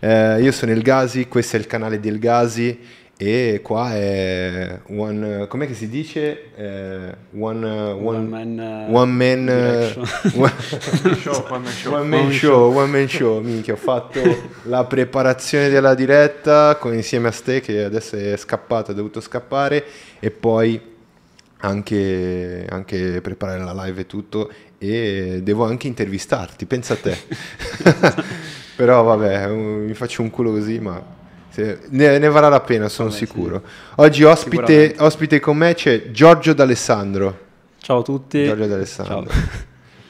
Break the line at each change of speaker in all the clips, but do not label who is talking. Eh, io sono El Gasi, questo è il canale di El Gasi e qua è one, com'è che si dice? Eh, one, one,
man, eh,
one man, eh,
direction.
one-
Show, quando show.
One man show, one man show, minchia, ho fatto la preparazione della diretta con- insieme a Ste che adesso è scappato, ha dovuto scappare e poi anche, anche preparare la live e tutto e devo anche intervistarti, pensa a te. Però vabbè, un- mi faccio un culo così, ma se- ne, ne varrà la pena, sono
Vabbè, sì.
sicuro. Oggi ospite,
Sicuramente.
ospite con me c'è Giorgio D'Alessandro.
Ciao a tutti.
Giorgio D'Alessandro.
Ciao.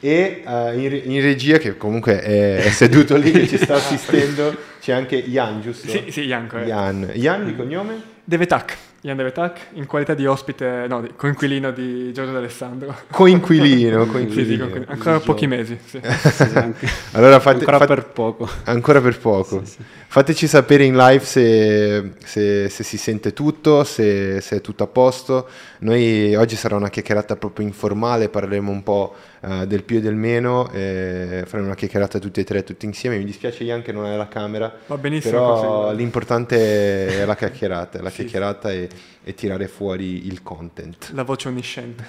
E eh, in, re- in regia, che comunque è, è seduto lì che ci sta assistendo, c'è anche Ian, giusto?
Sì, sì, Ianco. eh.
Ian. Ian di cognome?
Devetak, Ian Devetak, in qualità di ospite, no, di coinquilino di Giorgio D'Alessandro.
Coinquilino,
Sì, sì,
coinquilino.
coinquilino. Ancora
Gigio.
pochi mesi, sì.
Sì, sì, anche-
Allora fate,
ancora
fate-
per poco.
ancora per poco.
Sì, sì.
Fateci sapere in live se, se- se si sente tutto, se, se è tutto a posto. Noi oggi sarà una chiacchierata proprio informale, parleremo un po' eh, del più e del meno, eh, faremo una chiacchierata tutti e tre, tutti insieme. Mi dispiace Ian che non hai la camera,
Va benissimo
però
così.
l'importante è la chiacchierata, la
Sì.
chiacchierata e, e tirare fuori il content.
La voce onnisciente.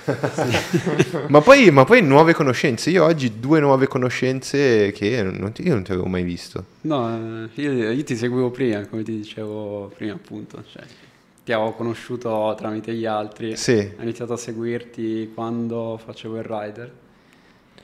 Ma poi, ma poi nuove conoscenze, io oggi due nuove conoscenze che non ti- io non ti avevo mai visto.
No, eh, io, io ti seguivo prima, come ti dicevo prima appunto. cioè, ti avevo conosciuto tramite gli altri.
Sì.
Ho iniziato a seguirti quando facevo il rider.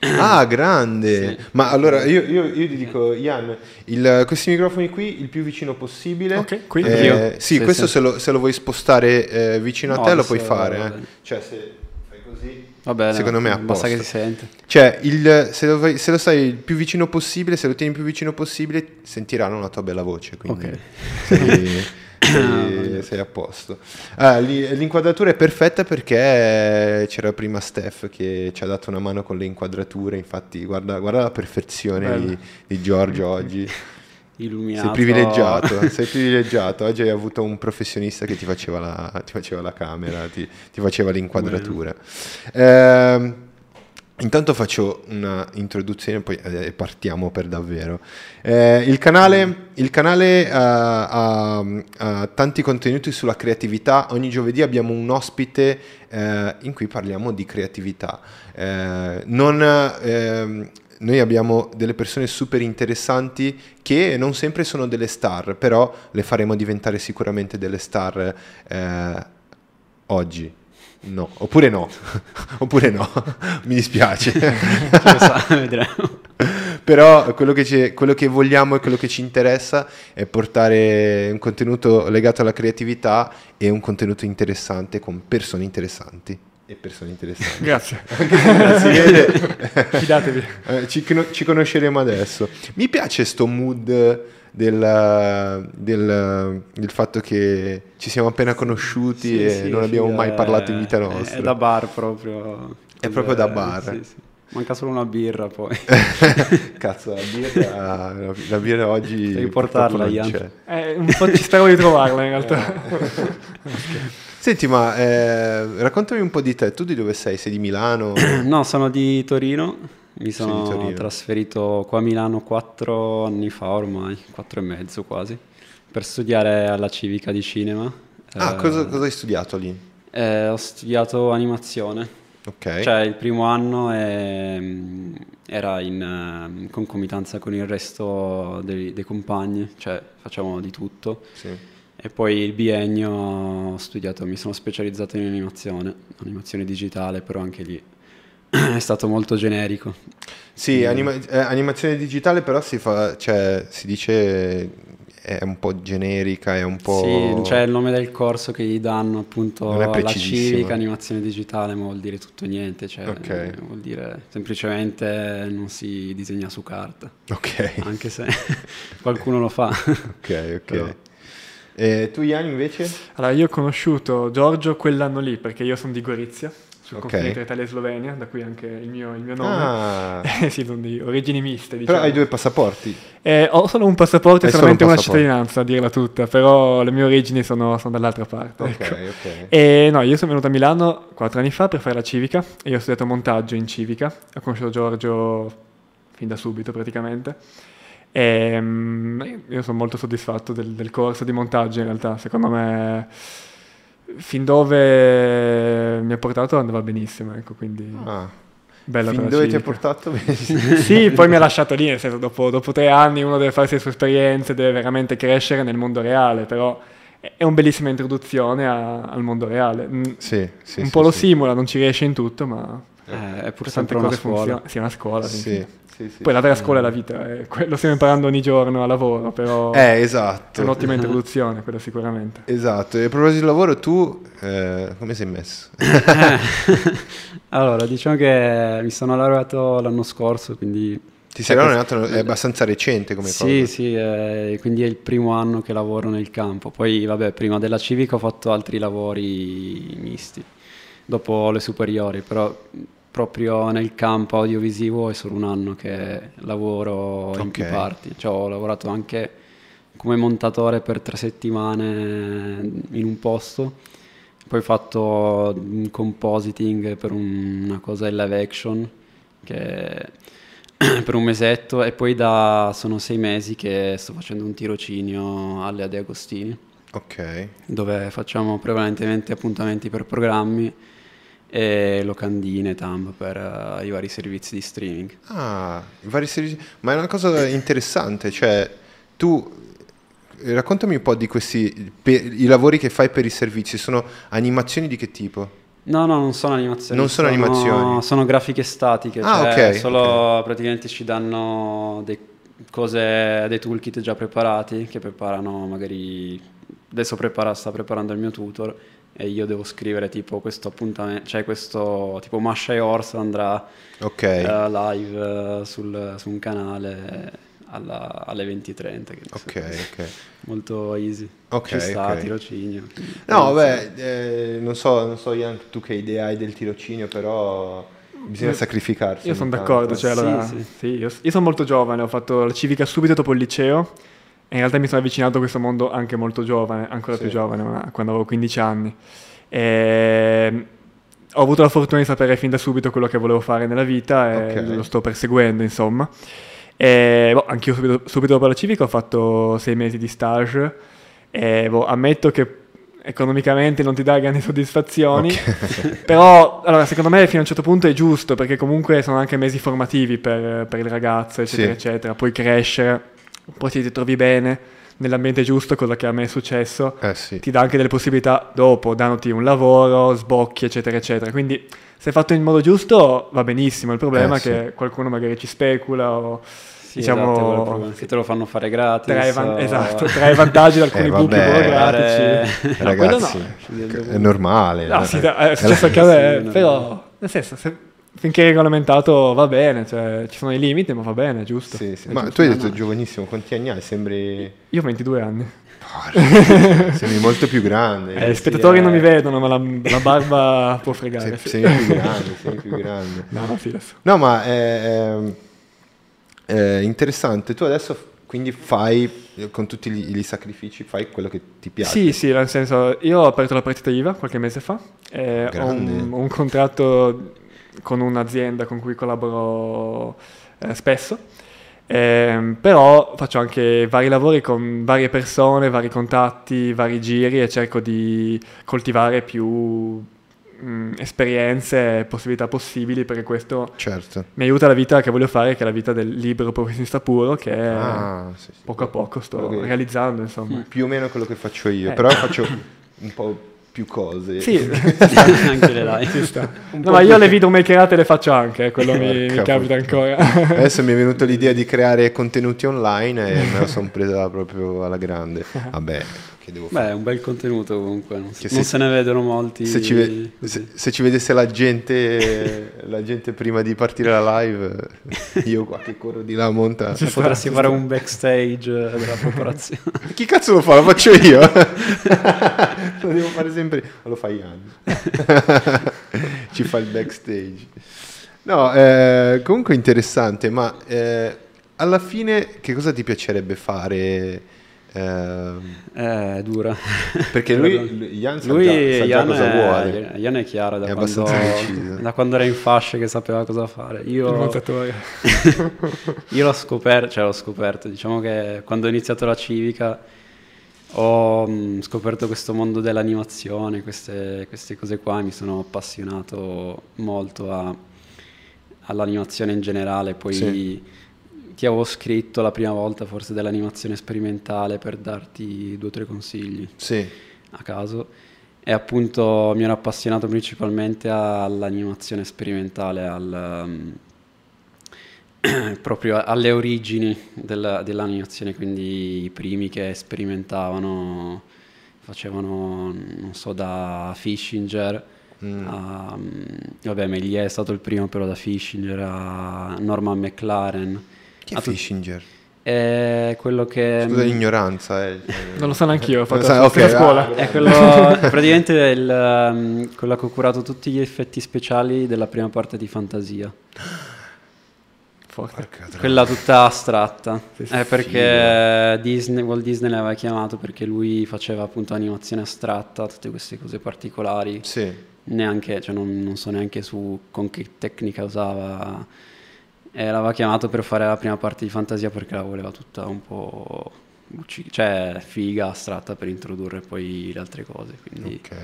Ah, grande!
Sì.
Ma allora io, io- io ti dico, Ian, il- questi microfoni qui il più vicino possibile.
Ok, qui?
Eh,
Io?
sì,
Sì,
questo
sì.
Se, lo, se lo vuoi spostare eh, vicino
No,
a te lo
adesso
puoi fare.
va
eh.
bene.
Cioè, se fai così.
Va bene.
Secondo me è a
Basta che si
posto.
sente.
Cioè, il- se, lo fai- se lo stai il più vicino possibile, se lo tieni il più vicino possibile, sentiranno la tua bella voce. Quindi
Ok.
sei, sei- sei a posto. Ah, lì- l'inquadratura è perfetta perché c'era prima Steph che ci ha dato una mano con le inquadrature. Infatti, guarda, guarda la perfezione
Bello.
di, di Giorgio oggi.
Illuminato.
Sei privilegiato, sei privilegiato. Oggi hai avuto un professionista che ti faceva la, ti faceva la camera, ti, ti faceva l'inquadratura. Ehm, intanto faccio una introduzione poi eh, partiamo per davvero. Eh, il canale, il canale eh, ha, ha tanti contenuti sulla creatività. Ogni giovedì abbiamo un ospite eh, in cui parliamo di creatività. Eh, non, ehm, noi abbiamo delle persone super interessanti che non sempre sono delle star, però le faremo diventare sicuramente delle star eh, oggi. No, oppure no, oppure no, mi dispiace.
Chi lo Cioè, sa, vedremo.
Però quello che, ci- quello che vogliamo e quello che ci interessa è portare un contenuto legato alla creatività e un contenuto interessante con persone interessanti. E persone interessanti.
Grazie.
si vede.
Fidatevi.
Eh, ci, cono- ci conosceremo adesso. Mi piace sto mood del, del- del fatto che ci siamo appena conosciuti
Sì,
e
sì,
eh, non abbiamo
sì, eh,
mai
è-
parlato in vita
è-
nostra.
È da bar proprio.
È proprio da
Eh,
bar.
sì, sì. Manca solo una birra poi.
Cazzo, la birra, la- la birra oggi...
Devi portarla,
purtroppo non
Ian.
c'è.
Eh, un po' ci spero di trovarla in
Eh.
realtà.
Senti, ma eh, raccontami un po' di te. Tu di dove sei? Sei di Milano?
No, sono di Torino. Mi
Sei di
sono
Torino.
trasferito qua a Milano quattro anni fa ormai, quattro e mezzo quasi, per studiare alla civica di cinema.
ah,
Eh,
cosa, cosa hai studiato lì?
eh, ho studiato animazione.
Ok.
Cioè, il primo anno ehm, era in ehm, concomitanza con il resto dei, dei compagni, cioè facciamo di tutto.
Sì.
E poi il biennio ho studiato, mi sono specializzato in animazione, animazione digitale, però anche lì è stato molto generico.
Sì, anima- eh, animazione digitale però si fa, cioè, si dice eh, è un po' generica, è un po'...
Sì, cioè c'è il nome del corso che gli danno appunto
Non è
la
precisissimo.
civica, animazione digitale, ma vuol dire tutto e niente, cioè
Ok.
eh, vuol dire semplicemente non si disegna su carta,
Ok,
anche se qualcuno lo fa.
ok, ok.
Però-
E tu Ian invece?
Allora, io ho conosciuto Giorgio quell'anno lì, perché io sono di Gorizia, sul
Ok.
confine tra Italia e Slovenia, da qui anche il mio, il mio nome.
Ah,
Eh, sì, sono di origini miste, diciamo.
però hai due passaporti.
Eh, ho solo un passaporto e
Hai solo
solamente
un
una
passaporto.
cittadinanza, a dirla tutta, però le mie origini sono, sono dall'altra parte.
Ok,
ecco.
ok.
E no, io sono venuto a Milano quattro anni fa per fare la civica e io ho studiato montaggio in civica. Ho conosciuto Giorgio fin da subito praticamente. E, mm, io sono molto soddisfatto del, del corso di montaggio in realtà, secondo me fin dove mi ha portato andava benissimo, ecco, quindi
Ah,
bella
fin
per la
dove ti ha
civica.
portato?
Sì, poi mi ha lasciato lì, nel senso, dopo, dopo tre anni uno deve farsi le sue esperienze, deve veramente crescere nel mondo reale, però è è una bellissima introduzione a- al mondo reale. Mm,
sì, sì,
un
sì,
po' lo
sì.
simula, non ci riesce in tutto, ma
Eh, è pur
tante
sempre una
cose
scuola.
funzionano. Sì, è una scuola. sì,
Sì,
sì.
sì, sì.
Poi la vera scuola è la vita, eh, que- lo stiamo imparando ogni giorno a lavoro, però
Eh,
è
esatto.
un'ottima introduzione, quella sicuramente.
Esatto, e a proposito di lavoro tu eh, come sei messo?
Cioè,
Eh. allora, diciamo che mi sono laureato l'anno scorso, quindi...
Ti sei
Eh,
laureato, è
eh,
abbastanza recente come
sì,
cosa.
sì, eh, quindi è il primo anno che lavoro nel campo. Poi, vabbè, prima della civica ho fatto altri lavori misti, dopo le superiori, però proprio nel campo audiovisivo è solo un anno che lavoro in più
Ok.
parti. Cioè, ho lavorato anche come montatore per tre settimane in un posto, poi ho fatto un compositing per un- una cosa in live action che per un mesetto e poi da sono sei mesi che sto facendo un tirocinio alle Ade Agostini
Ok,
dove facciamo prevalentemente appuntamenti per programmi e locandine, tam per eh, i vari servizi di streaming.
ah, i vari servizi. Ma è una cosa interessante, cioè tu eh, raccontami un po' di questi pe- i lavori che fai per i servizi, sono animazioni di che tipo?
No, no, non sono animazioni.
Non sono animazioni.
Sono grafiche statiche,
Ah,
cioè
ok,
solo praticamente ci danno dei cose, dei toolkit già preparati che preparano magari... Adesso prepara, sta preparando il mio tutor e io devo scrivere tipo questo appuntamento, cioè questo tipo Masha e Orsa andrà
Ok.
eh, live eh, sul- su un canale alla- alle 20.30. che-
ok, ok.
Molto easy.
Ok,
Ci sta,
ok.
tirocinio.
No, beh, eh, non so, non so Ian, tu che idea hai del tirocinio, però bisogna
Io-
sacrificarsi.
Io sono
ogni tanto.
d'accordo, cioè
Sì,
allora,
sì.
sì, io, io sono molto giovane, ho fatto la civica subito dopo il liceo e in realtà mi sono avvicinato a questo mondo anche molto giovane, ancora
Sì.
più giovane, ma quando avevo 15 anni. E ho avuto la fortuna di sapere fin da subito quello che volevo fare nella vita e
Ok.
lo sto perseguendo, insomma. E boh, anch'io subito, subito dopo la civica ho fatto sei mesi di stage e boh, ammetto che economicamente non ti dà grandi soddisfazioni, però allora, secondo me fino a un certo punto è giusto perché comunque sono anche mesi formativi per, per il ragazzo, eccetera,
Sì.
eccetera, puoi crescere, poi ti ti trovi bene nell'ambiente giusto, cosa che a me è successo,
Eh sì.
ti dà anche delle possibilità dopo, dandoti un lavoro, sbocchi, eccetera, eccetera. Quindi se fatto in modo giusto va benissimo, il problema
Eh,
è che qualcuno magari ci specula o diciamo...
esatto, che te lo fanno fare gratis. eh,
Tra i,
o-
van- esatto, tra i vantaggi di alcuni
Eh,
buchi
vabbè.
burocratici.
Fare-
No, quello no.
Eh,
cioè,
Ragazzi,
Quello no.
è normale.
No,
eh.
Ah, sì, da- è successo anche a
Sì,
me, eh,
no, no.
però nel senso, se- finché è regolamentato va bene, cioè, ci sono i limiti, ma va bene, è giusto.
Sì, sì.
È
Ma
giusto.
tu hai
no,
detto
no.
giovanissimo, quanti anni hai? Sembri,
Io ho 22 anni.
sembri molto più grande.
Eh,
sì,
gli spettatori non
eh.
mi vedono, ma la, la barba può
sei,
fregare. sì.
sei più grande, sei più grande.
No, no, sì, adesso.
No, ma eh, è, è- è interessante. Tu adesso f- quindi fai, eh, con tutti gli, gli sacrifici, fai quello che ti piace.
Sì, sì, nel senso, io ho aperto la partita IVA qualche mese fa, e ho un,
Grande.
ho un contratto con un'azienda con cui collaboro eh, spesso, ehm, però faccio anche vari lavori con varie persone, vari contatti, vari giri e cerco di coltivare più mm, esperienze e possibilità possibili perché questo
Certo.
mi aiuta la vita che voglio fare, che è la vita del libero professionista puro, che
Ah, sì, sì.
Eh, poco a poco sto
Quello che-
realizzando, insomma.
più o meno quello che faccio io,
Eh.
però faccio un po' più cose.
Sì,
Anche le live.
No, ma io le videomakerate le faccio anche, eh, quello mi, mi
Porca
capita
puttana.
ancora.
Adesso mi è venuta l'idea di creare contenuti online e me la sono presa proprio alla grande. Vabbè, che devo
Beh, è un bel contenuto comunque. Non, si-
Che se-
non se ne vedono molti.
fare? Se ci, ve-
così.
se- se ci vedesse la gente, la gente prima di partire la live, io qua che corro di là a monta.
Eh, Potresti fare un backstage eh, della preparazione.
Chi cazzo lo fa? Lo faccio io. lo devo fare sempre. Ma Lo fai Ian. Ci fa il backstage. No, eh, comunque interessante, ma eh, alla fine che cosa ti piacerebbe fare Ehm,
Eh, dura.
perché lui, lui- Jan sa
Lui
già, sa già
Ian
cosa
è,
vuole.
Ian è chiaro da,
È
quando,
abbastanza deciso.
da quando era in fascia che sapeva cosa fare.
Il
Io,
montatore.
io l'ho scoperto, cioè l'ho scoperto, diciamo che quando ho iniziato la civica ho mh, scoperto questo mondo dell'animazione, queste, queste cose qua, e mi sono appassionato molto a- all'animazione in generale, poi
Sì.
ti avevo scritto la prima volta forse dell'animazione sperimentale per darti due o tre consigli
Sì,
a caso e appunto mi ero appassionato principalmente all'animazione sperimentale, al, um, proprio alle origini della- dell'animazione, quindi i primi che sperimentavano, facevano, non so, da Fishinger.
Mm.
a, um, vabbè, Méliès è stato il primo, però da Fishinger a Norman McLaren.
chi
a
è
tut-
Fishinger?
è quello che.
Scusa l'ignoranza. eh.
Non lo so neanch'io, ho fatto
Sai,
la
ok,
stessa scuola.
ah,
È quello, praticamente è il, ehm, quello che ha curato tutti gli effetti speciali della prima parte di Fantasia.
Forte.
Porca troia.
Quella tutta astratta.
Che
È perché Disney, Walt Disney l'aveva chiamato perché lui faceva appunto animazione astratta, tutte queste cose particolari.
Sì.
Neanche, cioè non, non so neanche su con che tecnica usava. E l'aveva chiamato per fare la prima parte di Fantasia perché la voleva tutta un po'... ucci- Cioè, figa, astratta per introdurre poi le altre cose. Quindi...
Ok.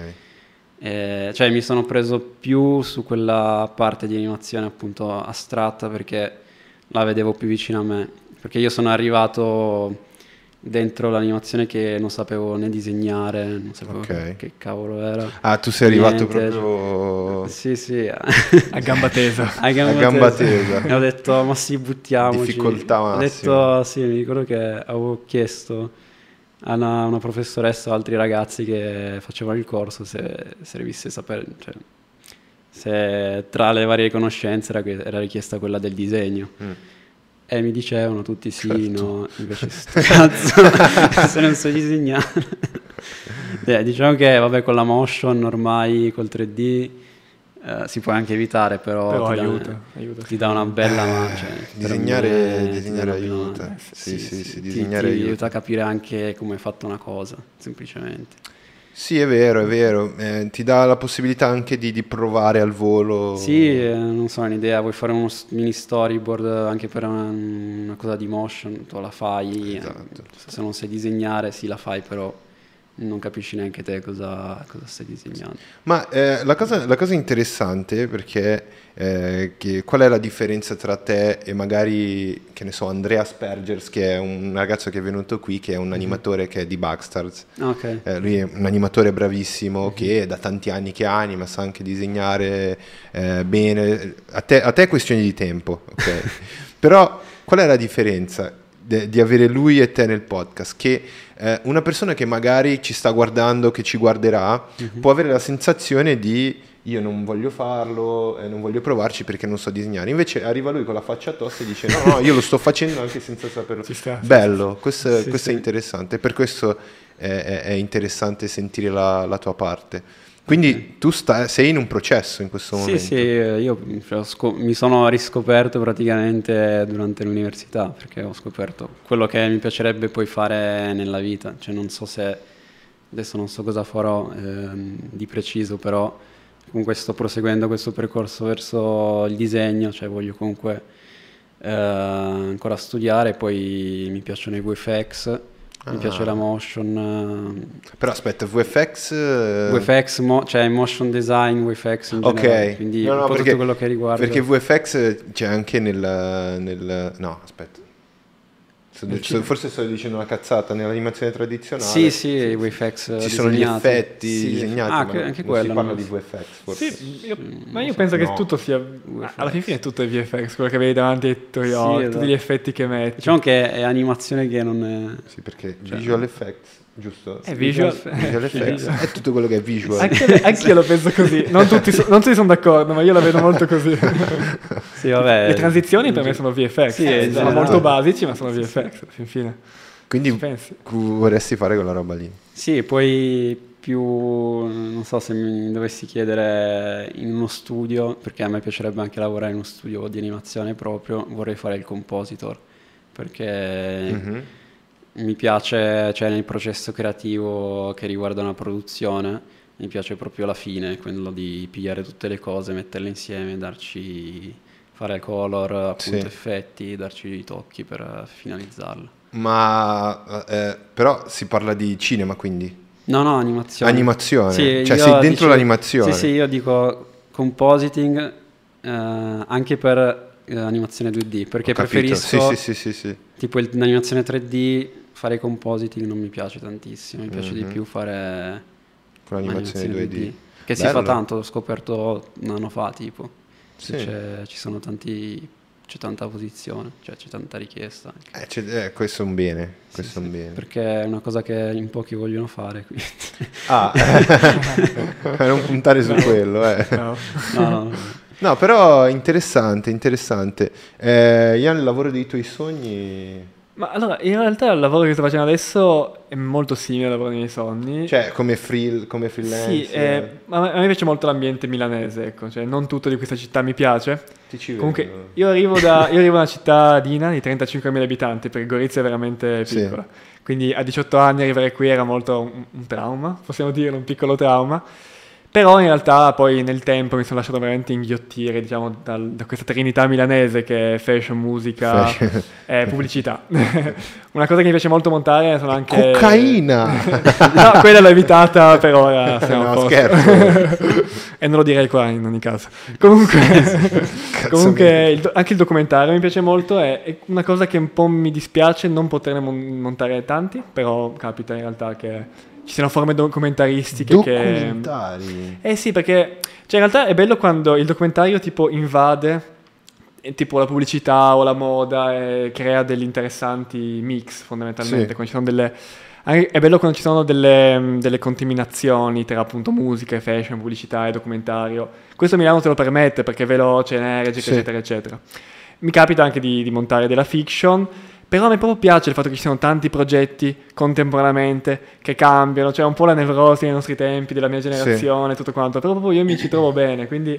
Eh, cioè mi sono preso più su quella parte di animazione appunto astratta perché la vedevo più vicina a me, perché io sono arrivato dentro l'animazione che non sapevo né disegnare, non sapevo
Ok.
che, che cavolo era.
Ah, tu sei arrivato
Niente,
proprio
Sì, sì. eh,
A gamba tesa.
A gamba,
A gamba
tesa.
tesa.
E ho detto, ma sì, buttiamoci.
Difficoltà
Ho
massima.
detto, sì, mi ricordo che avevo chiesto a una, una professoressa o altri ragazzi che facevano il corso se servisse sapere, cioè, se tra le varie conoscenze era, que- era richiesta quella del disegno.
Mm.
E mi dicevano tutti sì,
Certo.
no, invece sto cazzo, se non so disegnare. Eh, diciamo che vabbè con la motion ormai col 3D eh, si può anche evitare, però,
Però
ti dà-
aiuta, aiuta.
ti dà una bella
Eh,
mano. Cioè,
disegnare-
per me ti
disegnare
dà una bella
aiuta.
mano.
Sì, sì, sì,
Ti-
disegnare
ti,
aiuta.
aiuta a capire anche come è fatta una cosa, semplicemente.
Sì, è vero, è vero. Eh, ti dà la possibilità anche di, di provare al volo.
Sì, eh, non so, è un'idea, vuoi fare uno s- mini storyboard eh, anche per una, una cosa di motion, tu la fai, eh,
Esatto.
se non sai disegnare sì la fai, però non capisci neanche te cosa, cosa stai disegnando.
Ma eh, la, cosa, la cosa interessante perché eh, che- qual è la differenza tra te e magari, che ne so, Andrea Spergers, che è un ragazzo che è venuto qui, che è
Mhm.
un animatore che è di Bugstars.
Ah, Ok,
Eh, lui è un animatore
Mhm.
bravissimo che da tanti anni che anima, sa anche disegnare eh, bene. A te, a te è questione di tempo, ok? Però qual è la differenza de- di avere lui e te nel podcast? Che eh, una persona che magari ci sta guardando, che ci guarderà,
Mhm.
può avere la sensazione di io non voglio farlo, eh, non voglio provarci perché non so disegnare. Invece arriva lui con la faccia tosta e dice no, no, io lo sto facendo anche senza saperlo.
Ci sta.
Bello, questo,
Sì,
questo
sì.
è interessante, per questo è, è- è interessante sentire la, la tua parte. Quindi tu sta- sei in un processo in questo
Sì,
momento.
sì, eh, io cioè, ho scop- mi sono riscoperto praticamente durante l'università perché ho scoperto quello che mi piacerebbe poi fare nella vita, cioè non so se adesso non so cosa farò ehm, di preciso, però comunque sto proseguendo questo percorso verso il disegno, cioè voglio comunque eh, ancora studiare, poi mi piacciono i VFX, mi
Ah.
piace la motion, ehm,
Però aspetta, VFX... eh,
VFX, mo- cioè motion design, VFX in generale,
Ok,
quindi
No, no,
un po'
perché,
tutto quello che riguarda.
perché VFX c'è anche nel... nel- no, aspetta. Sto-
Nel
sto-
cinema.
forse sto dicendo una cazzata, nell'animazione tradizionale
Sì, sì, i VFX
eh, ci sono gli
disegnati.
effetti
Sì.
disegnati,
Ah,
ma
que-
non-
anche
non
quello.
si parla
no?
di VFX forse.
Sì, io-
Mm,
ma io penso che
no.
tutto sia.
VFX.
Alla fin fine tutto è VFX, quello che vedi davanti ai tuoi
Sì,
occhi,
esatto.
tutti gli effetti che metti.
Diciamo che è animazione che non è...
Sì, perché
Cioè- Eh,
visual effects, giusto?
È visual.
Visual effects è tutto quello che è visual.
Anche, anche io lo penso così. Non tutti, so- non tutti sono d'accordo, ma io la vedo molto così.
Sì, vabbè.
Le transizioni per me sono VFX.
Eh, Sì,
sono
esatto.
molto basici, ma sono VFX. Fin fine.
Quindi
Ci pensi?
cu- vorresti fare quella roba lì.
Sì, poi più... Non so se mi dovessi chiedere in uno studio, perché a me piacerebbe anche lavorare in uno studio di animazione proprio, vorrei fare il compositor, perché...
Mhm.
mi piace, cioè nel processo creativo che riguarda una produzione, mi piace proprio la fine, quello di pigliare tutte le cose, metterle insieme, darci, fare color, appunto
Sì.
effetti, darci i tocchi per eh, finalizzarlo.
Ma eh, però si parla di cinema, quindi
No, no, animazione.
Animazione.
Sì,
Cioè,
io
sei dentro
dicevo-
l'animazione.
Sì, sì, io dico compositing eh, anche per eh, animazione 2D, perché
Ho capito.
preferisco
Sì, sì, sì, sì, sì.
tipo il- l'animazione 3D, fare compositing non mi piace tantissimo, mi piace di
Mhm.
più fare
Con l'animazione 2D.
Che si
Bello.
fa tanto, l'ho scoperto un anno fa, tipo.
Sì.
C'è, ci sono tanti... c'è tanta posizione, cioè c'è tanta richiesta. anche.
Eh, c'è- eh, questo è un bene. Questo è un bene.
Perché è una cosa che in pochi vogliono fare, quindi...
Ah, per non puntare su quello, eh.
No.
No, no, no.
No, però è interessante, interessante. Eh, Ian, il lavoro dei tuoi sogni...
Ma allora, in realtà il lavoro che sto facendo adesso è molto simile al lavoro dei miei sogni.
Cioè, come, freel, come freelance...
Sì, eh, ma a me piace molto l'ambiente milanese, ecco, cioè non tutto di questa città mi piace.
Ti ci
Comunque
vedo.
io arrivo da io arrivo da una cittadina di 35.000 abitanti, perché Gorizia è veramente
Sì.
piccola. Quindi a 18 anni arrivare qui era molto un, un trauma, possiamo dire, un piccolo trauma. Però in realtà poi nel tempo mi sono lasciato veramente inghiottire, diciamo, dal- da questa trinità milanese che è fashion, musica
Fashion.
e pubblicità. Una cosa che mi piace molto montare sono anche...
Cocaina!
no, quella l'ho evitata per ora. siamo a
No,
posto.
scherzo.
e non lo direi qua in ogni caso. Comunque, comunque
mio.
il do- anche il documentario mi piace molto. È, è una cosa che un po' mi dispiace non poterne mon- montare tanti, però capita in realtà che ci siano forme documentaristiche che...
Documentari.
Eh sì, perché cioè, in realtà è bello quando il documentario tipo invade eh, tipo la pubblicità o la moda e crea degli interessanti mix fondamentalmente.
Sì.
Quando ci sono delle- anche- è bello quando ci sono delle, mh, delle contaminazioni tra appunto musica e fashion, pubblicità e documentario. Questo Milano te lo permette perché è veloce, energico,
Sì.
eccetera, eccetera. Mi capita anche di, di montare della fiction, però a me proprio piace il fatto che ci siano tanti progetti contemporaneamente che cambiano, cioè un po' la nevrosi dei nostri tempi, della mia generazione, tutto quanto, però proprio io mi ci trovo bene, quindi in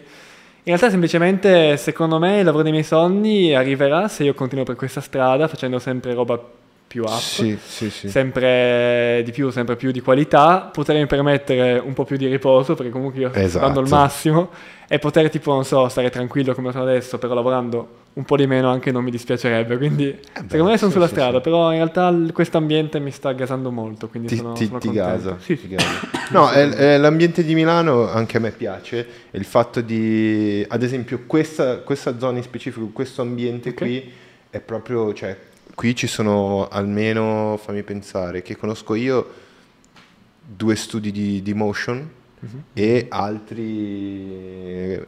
realtà semplicemente secondo me il lavoro dei miei sogni arriverà se io continuo per questa strada facendo sempre roba più up,
Sì, sì, sì.
sempre di più, sempre più di qualità, potermi permettere un po' più di riposo perché comunque io sto
Esatto.
dando il massimo e poter tipo, non so, stare tranquillo come sono adesso, però lavorando un po' di meno anche non mi dispiacerebbe, quindi secondo me sono
Eh sì,
sulla
sì,
strada,
sì.
però in realtà l- questo ambiente mi sta gasando molto, quindi
Ti,
sono,
ti-
sono
ti
contento.
gasa.
Sì,
ti
sì.
gasa. No, è- è l'ambiente di Milano anche a me piace. e Il fatto di, ad esempio, questa, questa zona in specifico, questo ambiente
Ok.
qui, è proprio, cioè, qui ci sono almeno, fammi pensare, che conosco io due studi di, di motion e altri...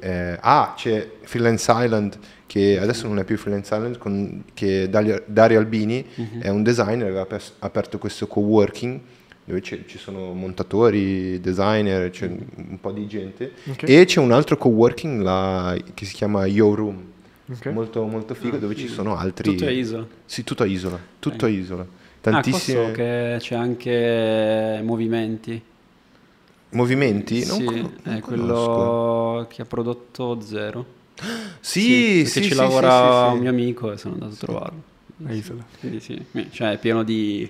eh, ah, c'è Freelance Island, che adesso non è più Freelance Island, con, che Dario, Dario Albini
Mhm.
è un designer, aveva apes- aperto questo co-working dove c'è- ci sono montatori, designer, c'è
Mhm.
un- un po' di gente.
Ok.
E c'è un altro co-working là, che si chiama Yo Room,
Ok.
molto, molto figo,
Ah,
dove ci
figo.
sono altri...
Tutto è ISO.
Sì, tutto a isola, tutto a isola.
Ah, qua so
Tantissimi
che c'è anche movimenti.
movimenti. non
sì, eh,
con- non
è
conosco.
quello che ha prodotto Zero.
Sì, sì,
perché
sì,
ci
sì,
lavora
sì, sì.
un mio amico e sono andato a trovarlo.
La isola.
Quindi sì, mi- cioè è pieno di...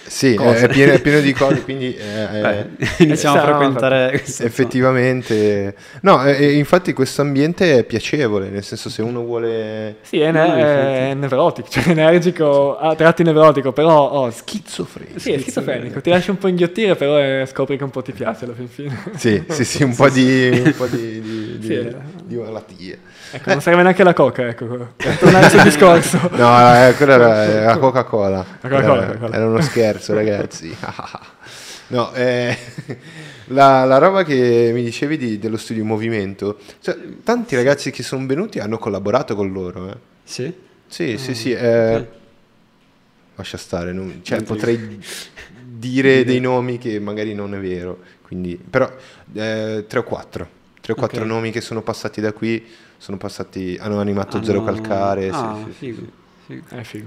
Sì,
cose.
è pieno, è pieno di cose, quindi eh, eh,
Beh, iniziamo a
eh, no,
frequentare... questo-
effettivamente... No, eh, eh, infatti questo ambiente è piacevole, nel senso se uno vuole...
Sì, è,
No,
ne-
infatti.
è nevrotico, cioè energico, a tratti nevrotico, però oh, schi-
Schizofrenico.
sì, è schizofrenico, ti lascia un po' inghiottire, però eh, scopri che un po' ti piace alla fin fine.
Sì, sì, sì, un po' di, un po' di, di, di-
Sì, eh.
di malattie.
Ecco, non serve neanche la coca, ecco, per tornare sul discorso.
No, eh, quella era la Coca-Cola.
Coca-Cola,
era,
Coca-Cola.
era uno scherzo, ragazzi. no, eh, la, la roba che mi dicevi di- dello studio Movimento, cioè, tanti ragazzi che sono venuti hanno collaborato con loro. eh.
Sì?
Sì, sì, sì. eh,
ok.
Lascia stare, non- cioè,
Non ti-
potrei dire dei nomi che magari non è vero, quindi, però eh, 3 o 4. 3 o 4
Ok.
nomi che sono passati da qui, sono passati, hanno animato
Ah,
Zero
no.
Calcare. sì,
Ah,
sì, sì,
figo.
sì.
figo.
È figo.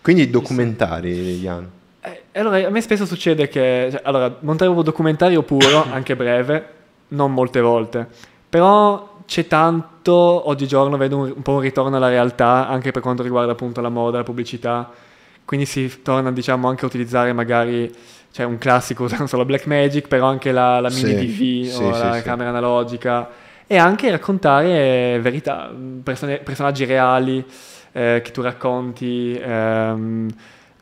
Quindi documentari, Ian.
Eh, allora, a me spesso succede che, cioè, allora, montare un documentario puro, anche breve, non molte volte, però c'è tanto, oggigiorno vedo un, un po' un ritorno alla realtà, anche per quanto riguarda appunto la moda, la pubblicità, Quindi si torna diciamo anche a utilizzare magari cioè un classico, non so, la Blackmagic, però anche la, la mini
Sì,
DV
sì,
o
sì,
la
sì.
camera analogica e anche raccontare verità, mm, persone- personaggi reali eh, che tu racconti, ehm,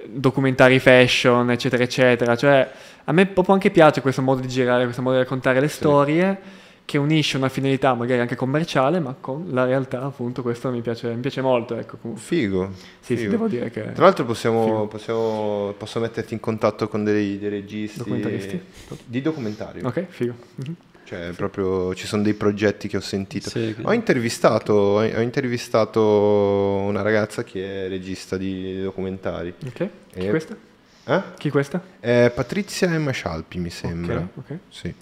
documentari fashion, eccetera, eccetera. Cioè, a me proprio anche piace questo modo di girare, questo modo di raccontare le storie che unisce una finalità magari anche commerciale, ma con la realtà, appunto, questo mi piace, mi piace molto, ecco. comunque.
Figo.
Sì, sì,
figo.
devo dire che...
Tra l'altro possiamo,
Figo.
possiamo- posso metterti in contatto con dei, dei registi
Documentaristi?
e- di documentario.
Ok, figo. Mhm.
Cioè, proprio ci sono dei progetti che ho sentito.
Sì, che-
Ho intervistato, ho ho intervistato una ragazza che è regista di documentari.
Ok, chi
E-
questa?
Eh?
Chi questa?
È Patrizia Emma Scialpi, mi sembra.
Ok, ok.
Mm. Sì.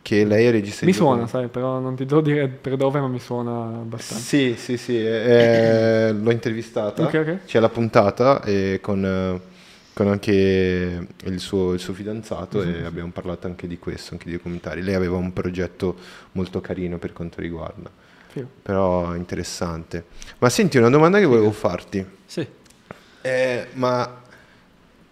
Che lei è regista
Mi
di
suona,
documentari.
sai, però non ti devo dire per dove, ma mi suona abbastanza.
Sì, sì, sì, eh, eh, l'ho intervistata,
Ok, ok.
c'è la puntata eh, con, eh, con anche il suo, il suo fidanzato
Mhm.
e abbiamo parlato anche di questo, anche dei documentari. Lei aveva un progetto molto carino per quanto riguarda,
Figo.
però è interessante. Ma senti, una domanda che volevo farti,
Sì.
Eh, ma...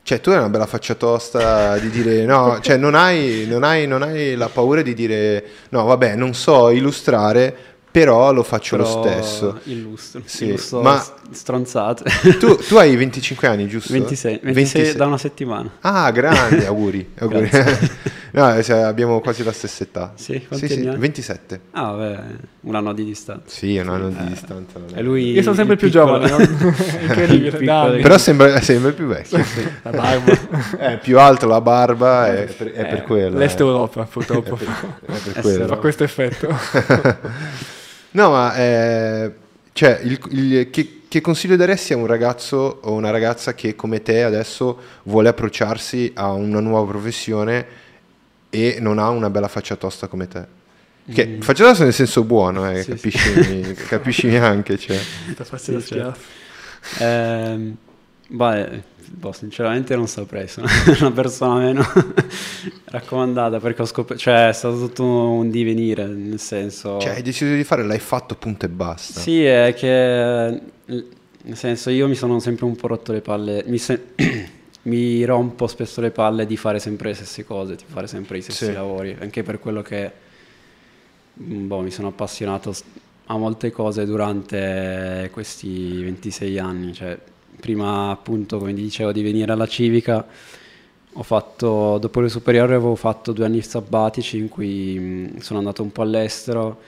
Cioè, tu hai una bella faccia tosta di dire no, cioè non hai, non hai- non hai la paura di dire no, vabbè, non so illustrare, però lo faccio
Però
lo stesso.
Illustro.
Sì,
illustro
ma-
s- stronzate.
Tu, tu hai 25 anni, giusto?
26, 26, da una settimana.
Ah, grande, auguri. auguri. no, cioè, abbiamo quasi la stessa età.
Sì, quanti anni hai?
27.
Ah, vabbè, un anno di distanza.
Sì, è un anno
Eh,
di distanza. non è-
E lui
Io sono sempre
il
più
piccolo-
giovane, no?
Il
incredibile,
piccolo-
dai.
Però sembra, sembra più vecchio. sì.
La barba.
È più alto la barba, è per, è per
Eh,
quello.
L'Est
eh.
Europa, purtroppo,
È per
Eh,
quello.
fa questo effetto.
No, ma eh, cioè, il- il- che, che consiglio daresti a un ragazzo o una ragazza che come te adesso vuole approcciarsi a una nuova professione e non ha una bella faccia tosta come te? Che faccia tosta nel senso buono, eh,
Mm. Sì,
capiscimi, capiscimi anche. Cioè.
Sta facendo
Sì, certo.
schiaffo.
Ehm, beh, boh, sinceramente non saprei, sono una persona meno raccomandata perché ho scoperto, cioè è stato tutto un divenire, nel senso...
Cioè, hai deciso di fare, l'hai fatto, punto e basta.
Oh. Sì, è che l- nel senso io mi sono sempre un po' rotto le palle, mi, se- mi rompo spesso le palle di fare sempre le stesse cose, di fare sempre i stessi
Sì.
lavori, anche per quello che mm, boh, mi sono appassionato s- a molte cose durante questi 26 anni, cioè prima appunto come dicevo di venire alla civica ho fatto, dopo le superiori avevo fatto due anni sabbatici in cui mh, sono andato un po' all'estero,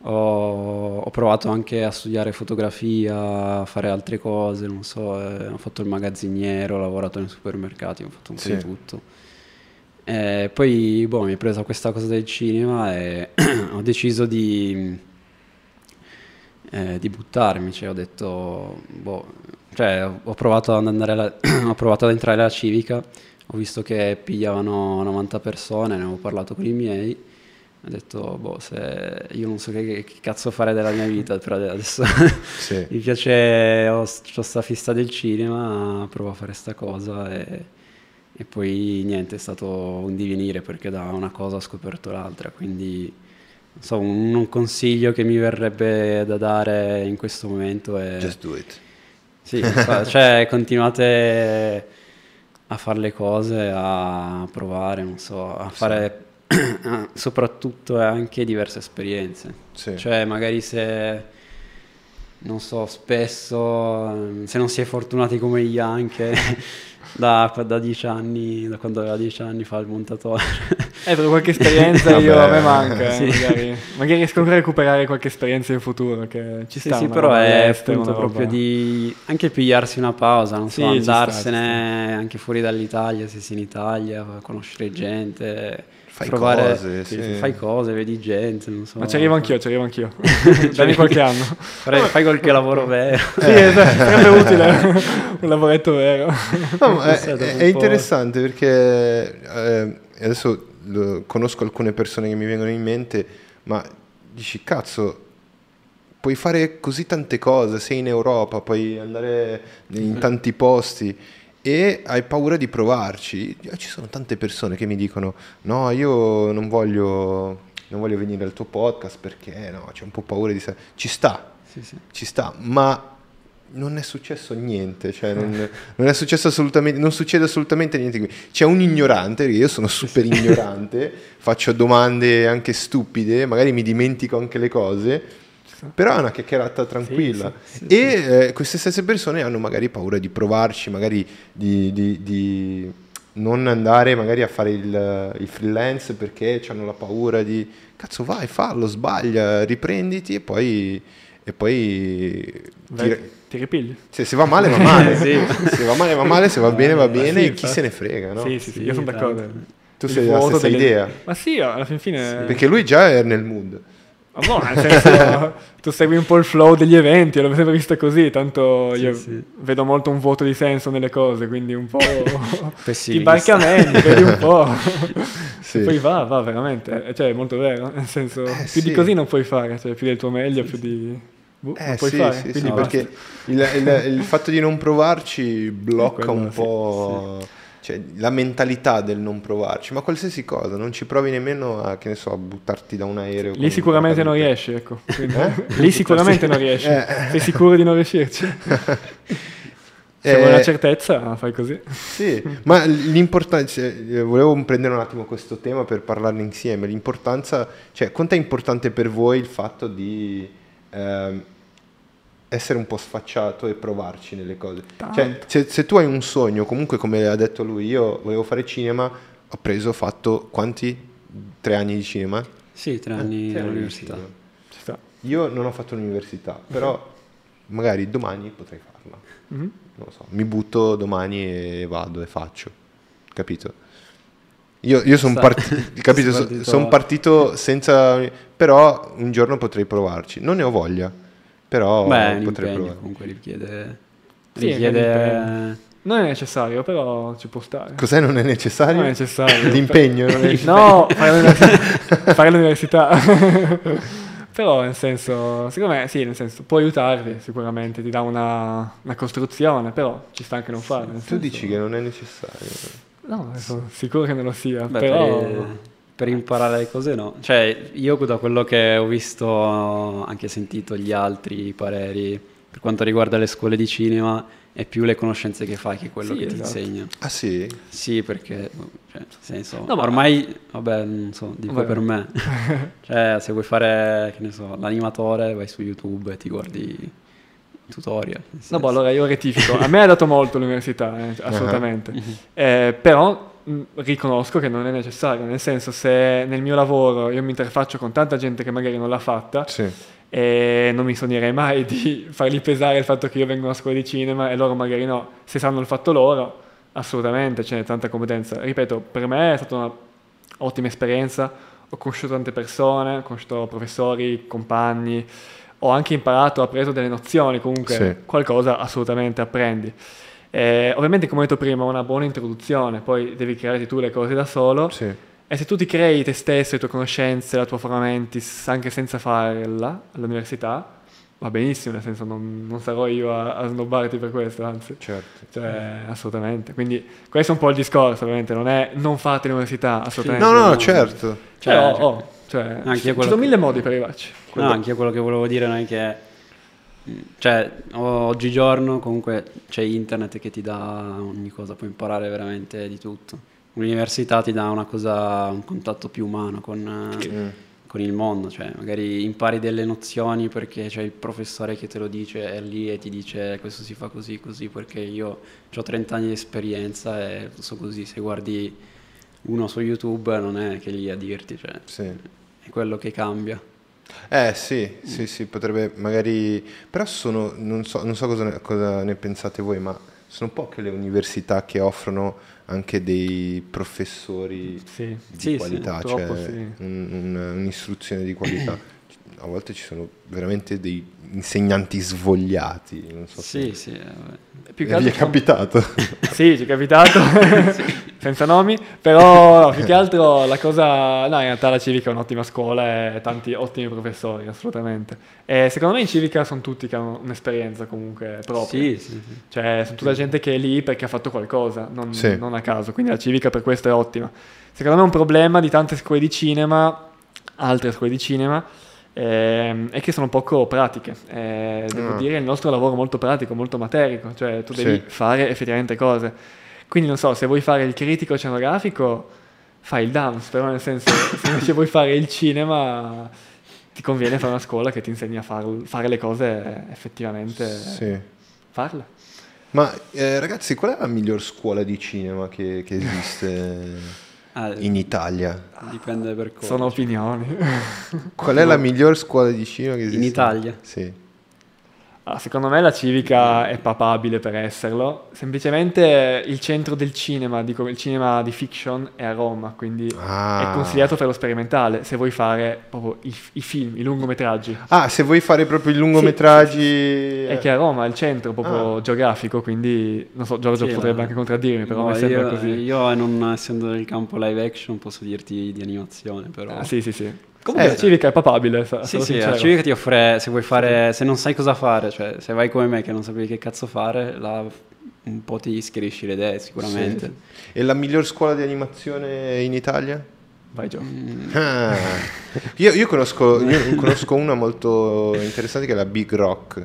ho, ho provato anche a studiare fotografia, a fare altre cose, non so, eh, ho fatto il magazziniero, ho lavorato nei supermercati, ho fatto un po'
Sì.
di tutto. E poi boh, mi è presa questa cosa del cinema e ho deciso di, eh, di buttarmi, cioè ho detto, boh, cioè ho- ho provato ad, andare alla- ho provato ad entrare alla civica, ho visto che pigliavano 90 persone, ne avevo parlato con i miei, ho detto, boh, se io non so che, che cazzo fare della mia vita, però adesso
Sì.
mi piace, ho, c'ho sta fissa del cinema, provo a fare sta cosa e, e poi niente, è stato un divenire perché da una cosa ho scoperto l'altra, quindi non so, un, un consiglio che mi verrebbe da dare in questo momento è...
Just do it.
Sì, infa- cioè continuate a fare le cose, a provare, non so, a fare soprattutto anche diverse esperienze.
Sì.
Cioè magari se, non so, spesso, ehm, se non si è fortunati come Ian che da, da 10 anni, da quando aveva 10 anni fa il montatore.
Eh, per qualche esperienza io, a
Vabbè,
me manca, eh,
sì.
magari. Magari riesco ancora a recuperare qualche esperienza in futuro, che ci
Sì,
sta
sì,
una
però
roba
è
all'estero,
appunto
una roba-
proprio di anche pigliarsi una pausa, non so,
Sì, ci sta,
andarsene anche fuori dall'Italia, se sei in Italia, conoscere gente,
Fai
provare,
cose, sì.
fai cose, vedi gente, non so.
Ma ci arrivo anch'io, ci arrivo anch'io. Dammi qualche anno.
Fare- fai qualche lavoro vero.
Sì,
Eh.
esatto, sarebbe utile un lavoretto vero.
No, ma è,
Questo è
è-
stato
è
un po'-
interessante perché eh, adesso lo- conosco alcune persone che mi vengono in mente, ma dici cazzo, puoi fare così tante cose, sei in Europa, puoi andare
Mm.
in tanti posti e hai paura di provarci. Ci sono tante persone che mi dicono no, io non voglio, non voglio venire al tuo podcast perché no, c'è un po' paura di... sa-". Ci sta,
Sì, sì.
ci sta, ma non è successo niente, cioè non, non è successo assolutamente, non succede assolutamente niente qui. C'è un ignorante, perché io sono super ignorante, faccio domande anche stupide, magari mi dimentico anche le cose, però è una chiacchierata tranquilla.
Sì, sì, sì,
e eh, queste stesse persone hanno magari paura di provarci, magari di, di- di non andare magari a fare il, il freelance perché hanno la paura di cazzo vai, fallo, sbaglia, riprenditi e poi... E poi
Vai,
ti-
ti ripigli.
se, se va male va male,
Sì.
se va male va male, se va bene va bene,
Sì,
chi
fa-
se ne frega, no?
Sì, sì, sì, io sono
Sì,
d'accordo.
tanto.
Tu
Il
sei della
vuoto
stessa
delle-
idea.
Ma sì, alla fin fine...
Perché lui già è nel mood.
Ma boh, nel senso, tu segui un po' il flow degli eventi, l'ho sempre vista così, tanto
Sì,
io
sì.
vedo molto un vuoto di senso nelle cose, quindi un po'... ti
Pessimista.
barca meglio, vedi un po'.
Sì. Eh,
Poi va, va, veramente, eh, cioè è molto vero, nel senso, più
sì.
di così non puoi fare, cioè più del tuo meglio, più di... boh,
Eh
non puoi
sì,
fare,
sì, sì,
quindi basta.
perché il, il- il fatto di non provarci blocca
Quello
un
sì,
po' cioè, la mentalità del non provarci, ma qualsiasi cosa, non ci provi nemmeno a, che ne so, a buttarti da un aereo. con
Lì sicuramente
un
non
paracadute.
riesci, ecco. quindi-
Eh?
Lì sicuramente non riesci.
Eh.
Sei sicuro di non riuscirci? Se
Eh,
vuoi una certezza, fai così.
Sì, ma l'importanza, cioè, volevo prendere un attimo questo tema per parlarne insieme, l'importanza, cioè quanto è importante per voi il fatto di ehm, essere un po' sfacciato e provarci nelle cose? Cioè,
Tanto.
se, se tu hai un sogno, comunque come ha detto lui, io volevo fare cinema, ho preso, ho fatto quanti? Tre anni di cinema?
Sì, tre
Eh,
anni
tre di
all'università.
cinema.
Ci sta.
Io non ho fatto l'università, però magari domani potrei farla
Mhm.
non lo so, mi butto domani e vado e faccio, capito? Io, sono
Sa-
partito, capito?
sei
So-
partito-
son partito senza... però un giorno potrei provarci, non ne ho voglia, però
Beh, è un
potrei
impegno
provare.
comunque richiede...
Sì, è un
richiede...
impegno. Non è necessario, però ci può stare.
Cos'è non è necessario?
Non è necessario.
L'impegno? non è-
No, fare l'università. fare l'università. però nel senso, secondo me sì, nel senso, può aiutarti sicuramente, ti dà una, una costruzione, però ci sta anche non farlo. nel
Tu
senso-
dici che non è necessario.
No, sono sicuro che non lo sia,
Beh,
però...
per, per imparare le cose no. Cioè, io da quello che ho visto, anche sentito gli altri i pareri, per quanto riguarda le scuole di cinema, è più le conoscenze che fai che quello
Sì,
che
esatto.
ti insegna.
Ah sì?
Sì, perché, cioè, nel senso,
No, ma-
ormai, vabbè, non so, dico
Vabbè.
per me. cioè, se vuoi fare, che ne so, l'animatore, vai su YouTube e ti guardi tutorial. nel
No,
senso.
boh, allora io rettifico. A me ha dato molto l'università, eh, assolutamente. Eh, però mh, riconosco che non è necessario, nel senso se nel mio lavoro io mi interfaccio con tanta gente che magari non l'ha fatta
Sì.
e non mi sognerei mai di fargli pesare il fatto che io vengo a scuola di cinema e loro magari no, se sanno il fatto loro, assolutamente ce n'è tanta competenza. Ripeto, per me è stata un'ottima esperienza, ho conosciuto tante persone, ho conosciuto professori, compagni, ho anche imparato, ho appreso delle nozioni, comunque
Sì.
qualcosa assolutamente apprendi. Eh, ovviamente, come ho detto prima, una buona introduzione, poi devi crearti tu le cose da solo.
Sì.
E se tu ti crei te stesso, le tue conoscenze, la tua forma mentis, anche senza farla all'università, va benissimo, nel senso non, non sarò io a, a snobbarti per questo, anzi.
Certo.
Cioè, assolutamente. Quindi questo è un po' il discorso, ovviamente, non è non fate l'università, assolutamente.
No, no,
no.
certo.
Cioè, oh,
Cioè,
oh, cioè,
anche io
ci
quello
sono
che-
mille modi per arrivarci.
No, anche io quello che volevo dire non è che mh, cioè, o- oggigiorno comunque c'è internet che ti dà ogni cosa, puoi imparare veramente di tutto. L'università ti dà una cosa, un contatto più umano con, eh,
Mm.
con il mondo, cioè magari impari delle nozioni perché c'è il professore che te lo dice, è lì e ti dice questo si fa così, così, perché io ho 30 anni di esperienza e so così, se guardi uno su YouTube non è che lì a dirti, cioè,
Sì.
è quello che cambia.
Eh sì, sì, sì, potrebbe magari... Però sono, non so, non so cosa, ne, cosa ne pensate voi, ma sono poche le università che offrono anche dei professori
Sì.
di
Sì, sì,
qualità, cioè
purtroppo sì.
un- un- un'istruzione di qualità. A volte ci sono veramente dei insegnanti svogliati, non so
Sì,
se...
sì, eh, vabbè.
Più che
Vi
altro
è capitato?
Sì, ci è capitato, senza nomi, però no, più che altro la cosa, no in realtà la civica è un'ottima scuola e tanti ottimi professori, assolutamente. E secondo me in civica sono tutti che hanno un'esperienza comunque propria,
Sì, sì, sì.
cioè sono tutta gente che è lì perché ha fatto qualcosa, non,
Sì.
non a caso, quindi la civica per questo è ottima. Secondo me un problema di tante scuole di cinema, altre scuole di cinema, ehm, e che sono poco pratiche. Eh, devo
Ah.
dire, il nostro lavoro è molto pratico, molto materico, cioè tu devi
Sì.
fare effettivamente cose. Quindi non so, se vuoi fare il critico oceanografico, fai il dance, però nel senso, se invece vuoi fare il cinema, ti conviene fare una scuola che ti insegni a farl- fare le cose eh, effettivamente,
Sì.
farle.
Ma eh, ragazzi, qual è la miglior scuola di cinema che, che esiste
Eh.
Ah,
in Italia?
Dipende per cosa.
Sono opinioni.
Qual è la miglior scuola di cinema che esiste?
Italia?
Sì.
Ah, secondo me la civica è papabile per esserlo. Semplicemente il centro del cinema, dico il cinema di fiction, è a Roma, quindi
Ah.
è consigliato per lo sperimentale, se vuoi fare proprio i, i film, i lungometraggi.
Ah, se vuoi fare proprio i lungometraggi... eh,
È che a Roma è il centro
Ah.
proprio geografico, quindi non so, Giorgio
Sì,
potrebbe
ma-
anche contraddirmi, però
no,
mi sembra
io,
così.
Io, non essendo nel campo live action, posso dirti di animazione, però.
Ah, sì, sì, sì. Comunque
Comunque-
la civica è papabile, sa-
Sì,
sarò
sì,
sincero.
la civica ti offre, se vuoi fare, se non sai cosa fare, cioè se vai come me che non sapevi che cazzo fare, la- un po' ti schiarisci le idee sicuramente.
E la miglior scuola di animazione in Italia?
Vai Giorgio.
Mm.
Ah. Io, io conosco, io conosco una molto interessante che è la Big Rock.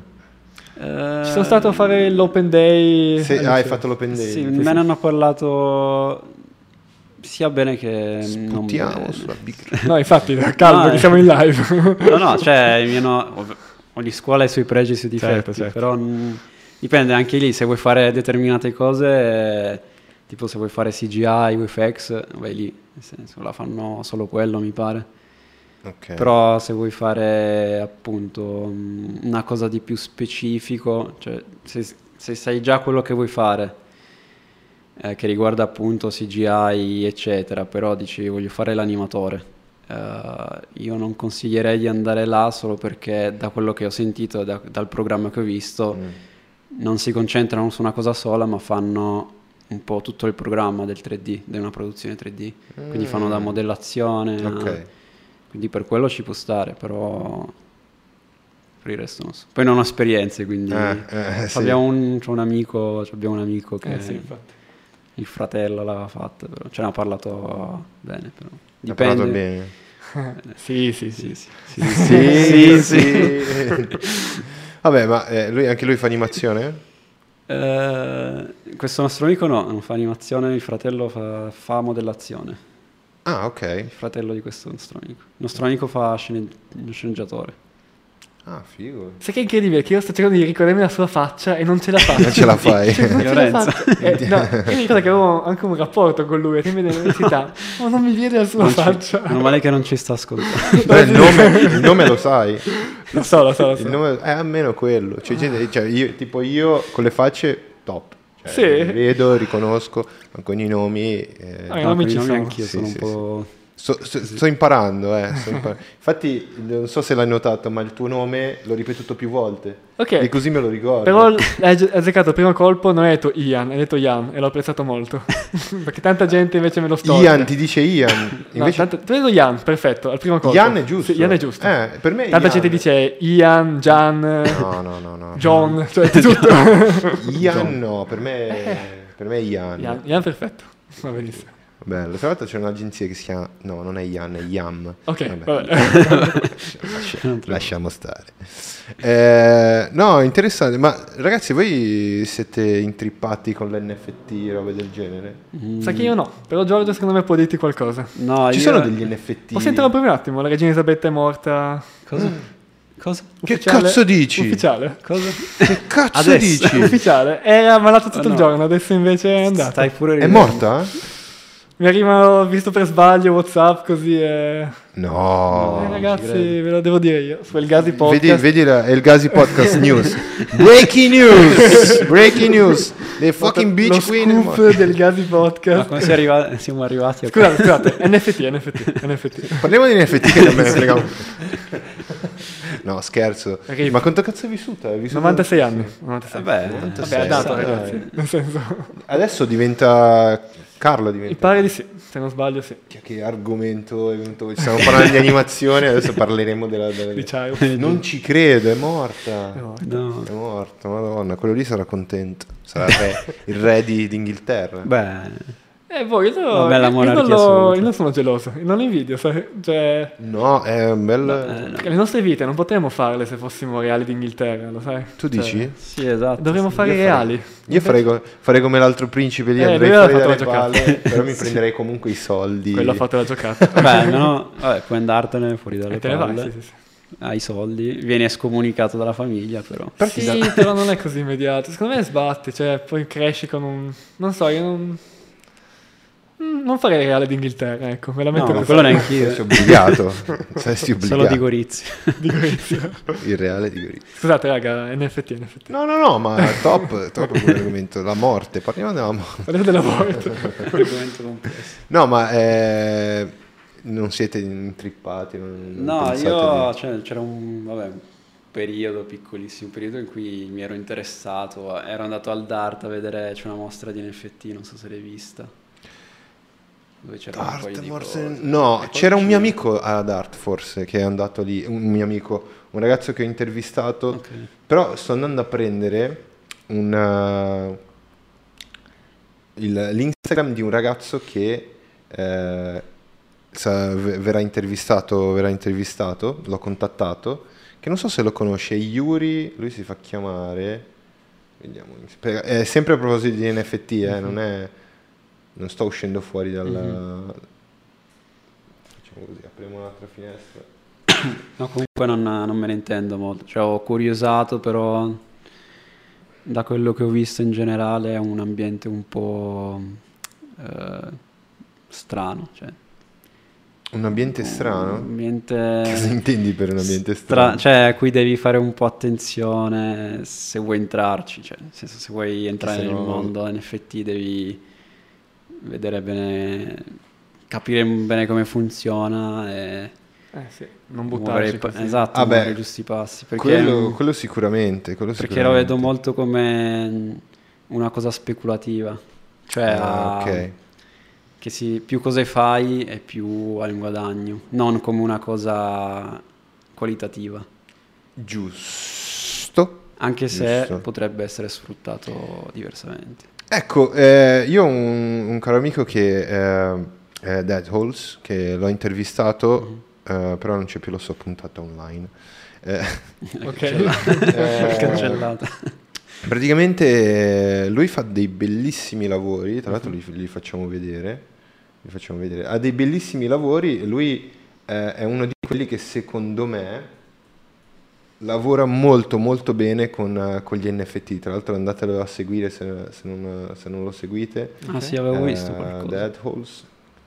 Eh,
Ci sono stato a fare l'open day. Eh,
Se,
all'inizio.
ah, hai fatto l'open day?
Sì, me ne hanno parlato sia bene che non
Sputtiamo
bene.
sulla Big Rock.
No, infatti, calmo,
No,
che
eh.
siamo in live.
No, no, cioè, mi hanno- ov- ogni scuola ha i suoi pregi e i suoi difetti,
Certo, certo.
però mm, dipende anche lì, se vuoi fare determinate cose, eh, tipo se vuoi fare CGI, VFX, vai lì, nel senso, la fanno solo quello, mi pare.
Ok.
Però se vuoi fare appunto mh, una cosa di più specifico, cioè se, se sai già quello che vuoi fare, eh, che riguarda appunto CGI, eccetera, però dici voglio fare l'animatore, eh, io non consiglierei di andare là solo perché da quello che ho sentito, da- dal programma che ho visto,
Mm.
non si concentrano su una cosa sola, ma fanno un po' tutto il programma del 3D, di una produzione 3D. Quindi fanno da
Mm.
modellazione. a-
Ok.
Quindi per quello ci può stare, però per il resto non so. Poi non ho esperienze, quindi
Eh, eh, sì.
abbiamo un, c'ho un amico, abbiamo un amico che
Eh, sì, infatti.
il fratello l'aveva fatta, però ce ne ha parlato bene, però.
Ha parlato
Dipende.
bene.
Sì, sì, sì.
Sì, sì, sì.
Sì, sì. Vabbè, ma eh, lui- anche lui fa animazione?
Eh, questo nostro amico no, non fa animazione, il fratello fa, fa modellazione.
Ah, ok.
Il fratello di questo nostro amico. Il nostro amico fa scene- sceneggiatore.
Ah, figo.
Sai che è incredibile che io sto cercando di ricordarmi la sua faccia e non ce la faccio. Cioè,
Non ce la fai.
Non ce la
Lorenzo.
faccio. Eh, no, io mi ricordo che avevo anche un rapporto con lui, che mi dell'università. Oh, non mi viene la sua
Non ci-
faccia.
meno male che non ci sta
Eh,
ascoltando.
Beh, il, nome, il nome lo sai.
Lo so, lo so, lo
Il
so.
nome è almeno quello. Cioè, gente- cioè, io, tipo io con le facce top. Cioè,
Sì.
li Vedo, riconosco, ma con i nomi... eh,
Ah, i nomi
con
ci
i
sono.
anch'io
Sì,
sono
sì,
un po'...
Sto, sto- sto imparando, eh, sto impar- Infatti, non so se l'hai notato, ma il tuo nome l'ho ripetuto più volte.
Ok.
E così me lo ricordo.
Però hai gi- hai azzeccato il primo colpo, non hai detto Ian, hai detto Ian e l'ho apprezzato molto. Perché tanta gente invece me lo sto.
Ian, ti dice Ian. Invece
tanto, ti vedo Ian, perfetto, al primo colpo.
Ian è giusto.
Sì, Ian è giusto.
Eh, per me è
Tanta
Ian.
gente dice Ian, Gian,
No, no, no, no.
John, cioè tutto.
Ian no, per me, per me è Ian.
Eh. Ian, Ian perfetto. Va benissimo.
Bello. Tra l'altro c'è un'agenzia che si chiama... No, non è Ian, è Yam. Vabbè,
Ok, vabbè.
lascia- lasciamo stare. Eh, no, interessante. Ma ragazzi, voi siete intrippati con l'NFT, robe del genere?
Sa che io no, però Giorgio secondo me può dirti qualcosa.
No,
Ci
io-
sono degli NFT?
Posso interrompere un attimo? La regina Elisabetta è morta.
Cosa?
Mm.
Cosa?
Che
Ufficiale-
cazzo dici?
Ufficiale.
Cosa?
Che cazzo
Adesso.
dici?
Ufficiale. Era malata
Ah,
tutto
Oh, no.
il giorno, adesso invece è andata.
Stai pure
È
ridendo.
morta?
Mi arrivano, visto per sbaglio, Whatsapp così e...
No.
eh,
non ci
ragazzi,
credo.
ve lo devo dire io. Su Elgasi Podcast.
Oh, Vedi, vedi la, è il Gazi Podcast News. Breaking news! Breaking news! The fucking
Lo
beach queen. è Ah, morta.
scoop del Gasi
Ma
Podcast.
come si è arriva- siamo arrivati a...
Scusate, scusate. NFT, NFT, NFT.
Parliamo di NFT che non me ne frega un- No, scherzo.
Rip.
Ma quanto cazzo è vissuta? È vissuta-
96 anni. 96.
Vabbè,
Vabbè, è
sì,
andata,
sì.
ragazzi. Nel senso...
Adesso diventa... Carla
Mi
diventa...
pare di sì, se non sbaglio sì.
Che- Che argomento è venuto? Ci stiamo parlando di animazione, adesso parleremo della... della-
Di Child.
Non ci credo, Diciamo è morta.
No.
No.
È morto, madonna. Quello lì sarà contento. Sarà il re, il re di- d'Inghilterra.
Beh,
Eh, voi, io, sono-
Vabbè, la
io
monarchia
non lo-
assoluta.
io non sono geloso, non invidio, sai? cioè...
No, è un bel...
Eh, no.
Le nostre vite non potremmo farle se fossimo reali d'Inghilterra, lo sai?
eh,
Tu
Cioè,
dici?
Sì, esatto.
Dovremmo
sì.
fare i
farei-
reali.
Io farei, co- farei come l'altro principe lì,
Eh,
andrei
lui l'ha
fuori
fatto
dalle
la giocata.
palle, però mi
Sì.
prenderei comunque i soldi.
Quello ha fatto la giocata.
Beh, almeno vabbè, puoi andartene fuori dalle
e Eh, te ne vai,
palle,
sì, sì, sì.
hai i soldi, vieni scomunicato dalla famiglia però.
Parti
Sì,
da-
però non è così immediato. Secondo me sbatte, cioè poi cresci con un... Non so, io non... Mm, Non farei reale d'Inghilterra, ecco, me la metto
No,
così.
quello eh. neanche io.
Saresti obbligato. Saresti obbligato.
Solo di Gorizia.
Il reale di Gorizia.
Scusate, raga, NFT, NFT.
No, no, no, ma top, top come argomento. La morte, parliamo della morte.
Parliamo della morte.
No, ma eh, non siete intrippati? Non, non
No,
pensate
io
di-
cioè, c'era un, vabbè, un periodo, piccolissimo periodo in cui mi ero interessato, ero andato al Dart a vedere, c'è una mostra di NFT, non so se l'hai vista. Dove c'era un po'
Dart,
di
forse-
cose.
No,
E poi
c'era un mio
c'era-
amico a Dart forse che è andato lì, un mio amico, un ragazzo che ho intervistato,
Ok.
però sto andando a prendere un, eh, il- l'Instagram di un ragazzo che eh, sa- ve- verrà, intervistato, verrà intervistato, l'ho contattato, che non so se lo conosce, Yuri, lui si fa chiamare... Vediamo, per- è sempre a proposito di NFT, eh, non è... Non sto uscendo fuori dal... Facciamo così, apriamo un'altra finestra.
No, comunque non, non me ne intendo molto. Cioè, ho curiosato, però da quello che ho visto in generale è un ambiente un po' eh, strano. Cioè,
Un ambiente
Un
strano? Cosa
ambiente
intendi per un ambiente
Mm, eh,
strano?
stra- cioè, qui devi fare un po' attenzione se vuoi entrarci. Cioè, nel senso, se vuoi entrare
se
nel
no-
mondo NFT devi vedere bene, capire bene come funziona e
Eh sì, non
muovere i
buttarci
pa-
così.
esatto,
Ah, beh,
muovere i giusti passi. Perché mm,
quello, quello sicuramente. Quello
Perché lo vedo
sicuramente.
molto come mm, una cosa speculativa, cioè
Ah,
ah,
ok.
che si- più cose fai e più hai un guadagno, non come una cosa qualitativa,
Giusto.
anche se
Giusto.
potrebbe essere sfruttato diversamente.
Ecco, eh, io ho un, un caro amico che eh, è Dead Halls, che l'ho intervistato,
Mm-hmm.
eh, però non c'è più, l'ho puntata online. Eh,
Cioè,
Ok.
eh,
Cancellata.
Praticamente eh, lui fa dei bellissimi lavori, tra
Mhm.
l'altro li, li facciamo vedere, li facciamo vedere. Ha dei bellissimi lavori, lui eh, è uno di quelli che secondo me lavora molto molto bene con, eh, con gli NFT, tra l'altro andatelo a seguire se, se non, se non lo seguite.
Ah sì, avevo
Eh,
visto qualcosa.
Dead Halls,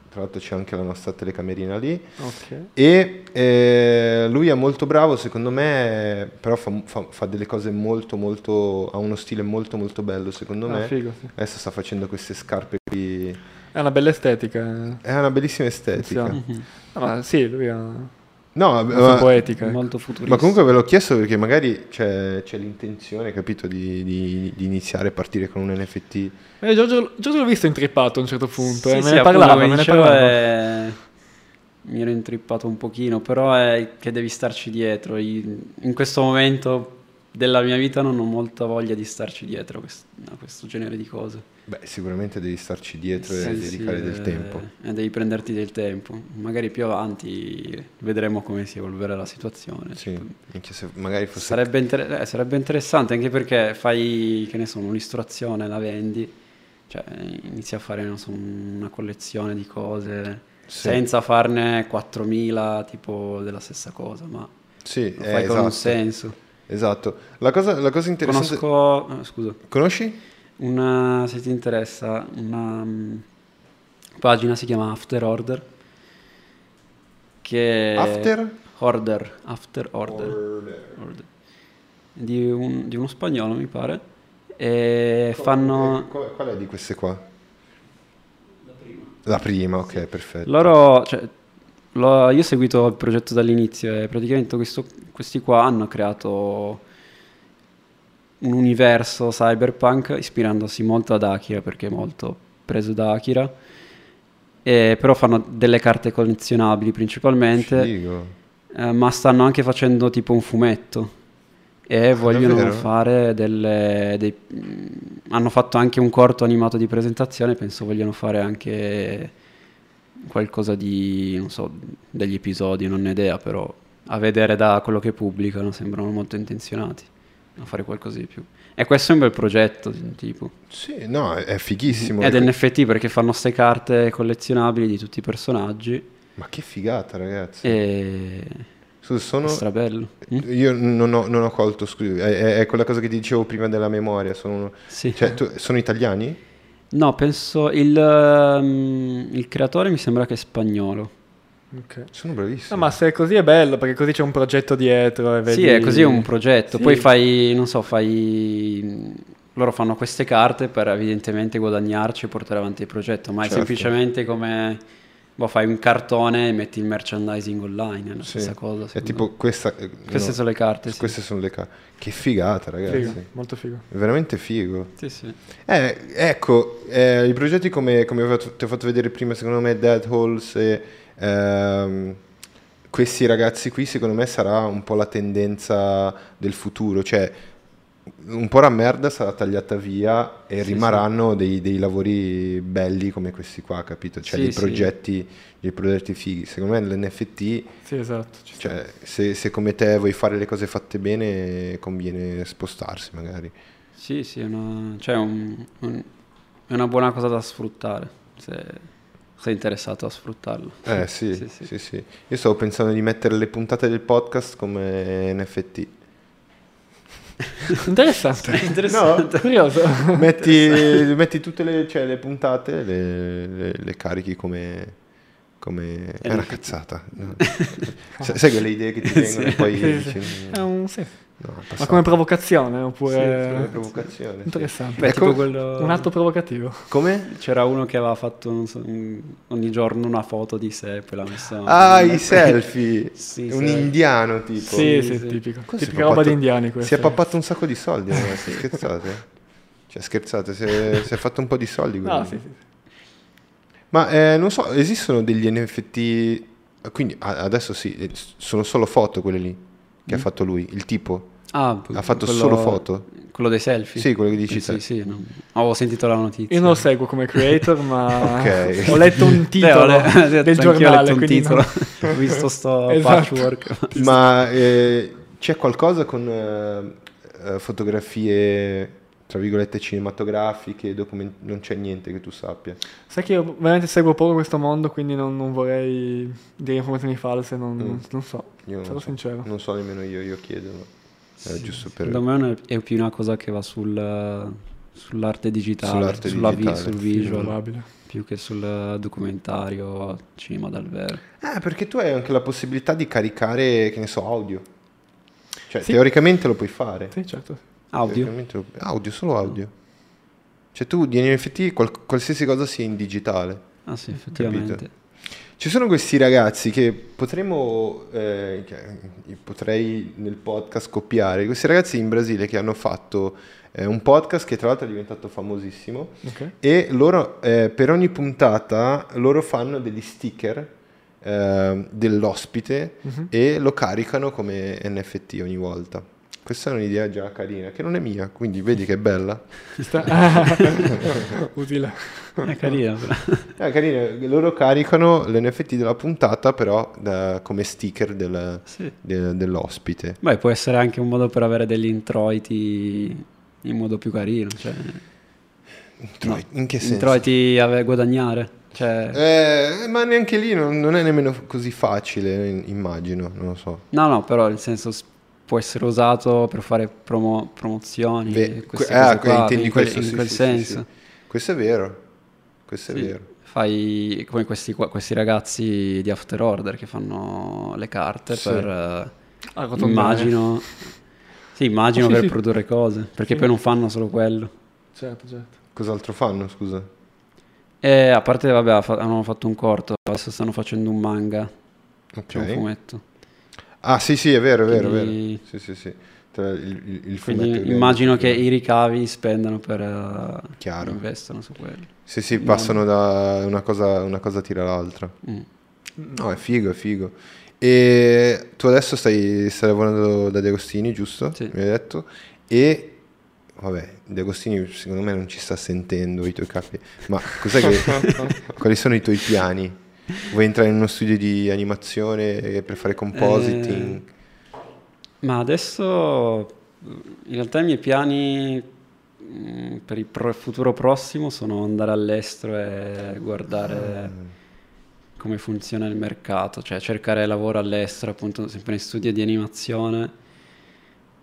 tra l'altro c'è anche la nostra telecamerina lì.
ok.
E eh, lui è molto bravo, secondo me, però fa, fa- fa delle cose molto, molto, ha uno stile molto, molto bello, secondo
Ah,
me.
figo, sì.
Adesso sta facendo queste scarpe qui,
È una bella estetica.
è una bellissima estetica.
Funziona.
Mhm.
Ah, ma sì, lui ha una
No,
sua
Eh. ma,
poetica. ecco.
Molto futurista.
ma comunque ve l'ho chiesto perché magari c'è, c'è l'intenzione, capito, di, di- di iniziare a partire con un NFT.
Eh, Giorgio, Giorgio l'ho visto intrippato a un certo punto, eh,
Sì,
me
sì,
ne
appunto,
parlava,
come
me ne
dicevo,
parlava.
eh, mi ero intrippato un pochino, però è che devi starci dietro. I- In questo momento della mia vita non ho molta voglia di starci dietro a quest- a questo genere di cose.
Beh, sicuramente devi starci dietro e
Sì,
dedicare
sì,
del
eh,
tempo.
eh, devi prenderti del tempo. Magari più avanti vedremo come si evolverà la situazione.
Sì, minchia, se magari fosse...
Sarebbe, inter- eh, sarebbe interessante anche perché fai, che ne so, un'illustrazione, la vendi, cioè inizi a fare non so, una collezione di cose
Sì.
senza farne 4.000 tipo della stessa cosa, ma lo
Sì, eh,
fai con un
esatto,
senso.
Esatto. La cosa, la cosa interessante...
Conosco, eh, scusa,
Conosci?
una, se ti interessa, una mm, pagina si chiama After Order. Che
After?
Order, After Order. Lord. di, un- di uno spagnolo mi pare e fanno
Qual, qual è di queste qua? La prima. ok, perfetto.
loro cioè, lo- io ho seguito il progetto dall'inizio e praticamente questo- questi qua hanno creato un universo cyberpunk ispirandosi molto ad Akira perché è molto preso da Akira e però fanno delle carte collezionabili principalmente
Figo.
Eh, ma stanno anche facendo tipo un fumetto e vogliono
Ah, davvero?
fare delle, dei- mm, hanno fatto anche un corto animato di presentazione, penso vogliano fare anche qualcosa di, non so, degli episodi, non ne ho idea, però a vedere da quello che pubblicano sembrano molto intenzionati a fare qualcosa di più. E questo è un bel progetto, tipo.
Sì, no, è fighissimo.
Ed è NFT perché fanno ste carte collezionabili di tutti i personaggi
Ma che figata, ragazzi.
e
Scusa,
è
sono... Eh,
strabello. Eh, Mm?
Io non ho, non ho colto, scusi, è, è- è quella cosa che ti dicevo prima della memoria, sono, uno-
Sì.
cioè, tu- sono italiani?
No, penso il, ehm, il creatore mi sembra che è spagnolo.
Ok.
Sono bravissimi.
No, ma se è così è bello, perché così c'è un progetto dietro. E vedi...
Sì, è così un progetto.
Sì.
Poi fai, non so, fai. Loro fanno queste carte per evidentemente guadagnarci e portare avanti il progetto, ma
Certo.
è semplicemente come boh, fai un cartone e metti il merchandising online, è la
Sì.
stessa cosa.
È
secondo
tipo
me.
questa... eh,
Queste
no,
sono le carte, sì.
Queste sono le carte. Che figata, ragazzi.
Figo, molto figo.
Veramente figo.
Sì, sì.
Eh, ecco, eh, i progetti come, come ho fatto- ti ho fatto vedere prima, secondo me, Dead Halls e ehm, questi ragazzi qui, secondo me, sarà un po' la tendenza del futuro. Cioè, un po' la merda sarà tagliata via e
Sì,
rimarranno Dei, dei lavori belli come questi qua, capito? Cioè,
Sì,
dei,
sì.
progetti, dei progetti fighi. Secondo me l'NFT,
Sì, esatto. ci sta.
Certo.
cioè, se, se come te vuoi fare le cose fatte bene, conviene spostarsi magari.
Sì, sì, è una, cioè un- un- è una buona cosa da sfruttare, se sei interessato a sfruttarlo.
Eh sì, sì,
Sì,
sì.
sì.
Io stavo pensando di mettere le puntate del podcast come NFT.
Interessante.
Interessante.
Curioso.
Metti, metti tutte le, cioè, le puntate, le, le- le carichi come... come... È una
NFT.
cazzata. no. Sa- Sai quelle idee che ti vengono e poi
Sì, sì.
dici... "Mm,
È un- sì.
No, è
Ma
passato.
come provocazione
Sì, come
oppure...
provocazione, sì.
Interessante.
Beh,
Ecco,
tipo quello-
Un atto provocativo.
Come?
C'era uno che aveva fatto non so, un- ogni giorno una foto di sé e poi l'ha messa.
Ah, i selfie!
Sì,
un
sì.
indiano tipo.
Sì, sì,
sì.
tipico.
Cosa si è
Tipica roba
pappato-
di indiani questa.
Si è pappato un sacco di soldi, ragazzi, scherzate? Cioè, scherzate, si è, si è fatto un po' di soldi.
No,
quello.
Ah, sì, sì.
Ma eh, non so, esistono degli NFT, eh, quindi a- adesso sì, eh, s- sono solo foto quelle lì che ha fatto lui, il tipo.
Ah,
Ha fatto solo foto?
Quello dei selfie?
Sì, quello che dici
sì,
te.
sì, no. Avevo sentito la notizia.
Io non lo seguo come creator, ma
Ok.
ho letto un
Beh,
titolo
ho le- anch'io
del
ho
giornale,
letto un
quindi
titolo.
non-
ho visto sto
Esatto.
patchwork.
Ma eh, c'è qualcosa con eh, eh, fotografie, tra virgolette, cinematografiche, document- non c'è niente che tu sappia.
Sai che io veramente seguo poco questo mondo, quindi non, non vorrei dire informazioni false, non,
Mm.
non- non so,
Io non
sarò
so.
sincero.
Non so nemmeno io, io chiedo, ma era giusto per...
Secondo me è una- è più una cosa che va sul- sull'arte digitale,
Sull'arte
sulla vi-
digitale, sì,
sul visual,
Probabile.
più che sul documentario cinema dal vero.
Ah, perché tu hai anche la possibilità di caricare, che ne so, audio. Cioè,
Sì.
teoricamente lo puoi fare.
Sì, certo.
Audio?
Teoricamente lo- Audio, solo audio. Cioè tu di NFT qual- qualsiasi cosa sia in digitale.
Ah sì, effettivamente.
Ci sono questi ragazzi che potremmo, eh, che- potrei nel podcast copiare, questi ragazzi in Brasile che hanno fatto eh, un podcast che tra l'altro è diventato famosissimo
Ok.
e loro eh, per ogni puntata loro fanno degli sticker eh, dell'ospite
Mhm.
e lo caricano come NFT ogni volta. Questa è un'idea già carina, che non è mia, quindi vedi che è bella.
Ci sta. Utile.
È carino. però.
Eh, carina, loro caricano l'NFT della puntata però da- come sticker del-
Sì.
de- dell'ospite.
Beh, può essere anche un modo per avere degli introiti in modo più carino, cioè
Introi- in che senso?
introiti a guadagnare, cioè
Eh, ma neanche lì non, non è nemmeno così facile, in- immagino, non lo so.
No, no, però nel senso s- può essere usato per fare promo- promozioni,
Ve-
queste
que- ah,
cose
que-
qua,
intendi
in quel,
questo,
in
sì,
quel
sì, sì,
senso.
sì. Questo è vero, questo è
Sì,
vero.
Fai come questi, qua- questi ragazzi di After Order che fanno le carte
Sì.
per... eh,
Arrotondare.
immagino... Sì, immagino
Oh, sì,
per
sì.
produrre cose, perché
Sì.
poi non fanno solo quello.
Certo, certo.
Cos'altro fanno, scusa?
E a parte, vabbè, ha fa- hanno fatto un corto, adesso stanno facendo un manga,
Ok.
cioè un fumetto.
Ah, sì, sì, è vero, è vero, è vero.
Quindi-
Sì, sì, sì. Tra il, il- il fumetto
Quindi
e il-
immagino che i ricavi spendano per... eh,
Chiaro.
Investono su quello.
Sì, sì, passano da una cosa, una cosa tira l'altra.
Mm.
No, è figo, è figo. E tu adesso stai, stai lavorando da De Agostini, giusto?
Sì.
Mi hai detto. E vabbè, De Agostini secondo me non ci sta sentendo i tuoi capi, ma cos'è che, quali sono i tuoi piani? Vuoi entrare in uno studio di animazione per fare compositing?
Eh, Ma adesso in realtà i miei piani mm, per il pro- futuro prossimo sono andare all'estero e
Eh,
guardare
Ah.
come funziona il mercato, cioè cercare lavoro all'estero, appunto sempre in studio di animazione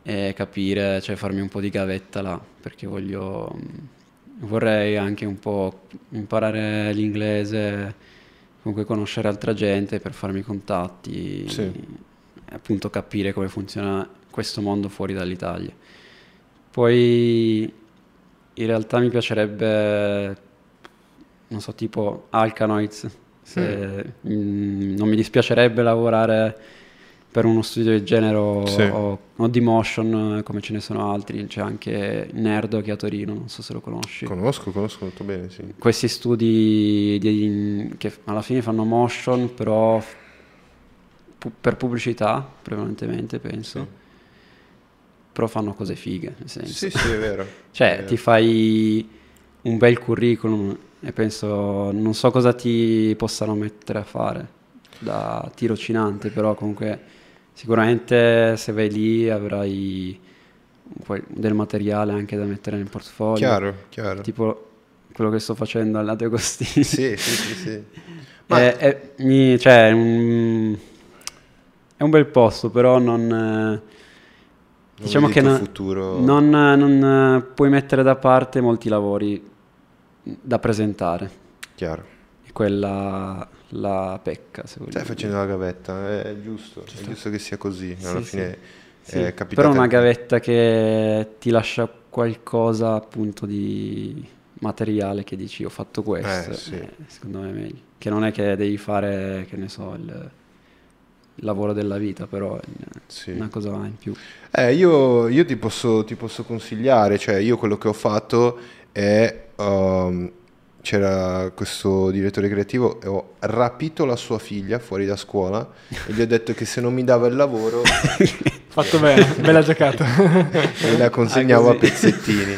e capire, cioè farmi un po' di gavetta là, perché voglio, mm, vorrei anche un po' imparare l'inglese, comunque conoscere altra gente per farmi contatti,
Sì.
e appunto capire come funziona questo mondo fuori dall'Italia. Poi in realtà mi piacerebbe, non so, tipo Alcanoids. Se, mm, non mi dispiacerebbe lavorare per uno studio del genere o,
Sì.
o- o di motion eh, come ce ne sono altri. C'è anche Nerdo che è a Torino, non so se lo conosci.
Conosco, conosco molto bene, sì.
Questi studi di- che alla fine fanno motion, però f- pu- per pubblicità prevalentemente penso. Però fanno cose fighe, nel senso.
Sì, Eh. sì, è vero.
Cioè,
È vero.
ti fai un bel curriculum e penso, non so cosa ti possano mettere a fare da tirocinante, però comunque sicuramente se vai lì avrai quel- del materiale anche da mettere nel portfolio.
Chiaro, chiaro.
Tipo quello che sto facendo alla De Agostini.
Sì, sì, sì,
Eh,
sì. Ma-
Ma... È, è- mi- cioè, è un, è un bel posto, però non... eh, diciamo
vedi
che
il tuo
non,
futuro-
non, eh, non, eh, puoi mettere da parte molti lavori da presentare.
Chiaro.
E quella la pecca, se
Stai
vogliamo.
Cioè, facendo la gavetta, è giusto, è giusto che sia così. Alla
Sì,
fine
Sì,
è capitato.
però una gavetta che ti lascia qualcosa appunto di materiale che dici ho fatto questo,
Eh, sì.
eh, secondo me è meglio. Che non è che devi fare, che ne so, il, il lavoro della vita, però è una-
Sì.
una cosa in più.
Eh, io, io ti posso, ti posso consigliare, cioè io quello che ho fatto è, ehm, c'era questo direttore creativo e ho rapito la sua figlia fuori da scuola e gli ho detto che se non mi dava il lavoro
Fatto bene, bella giocata.
me la consegnavo
Ah,
a
così.
pezzettini.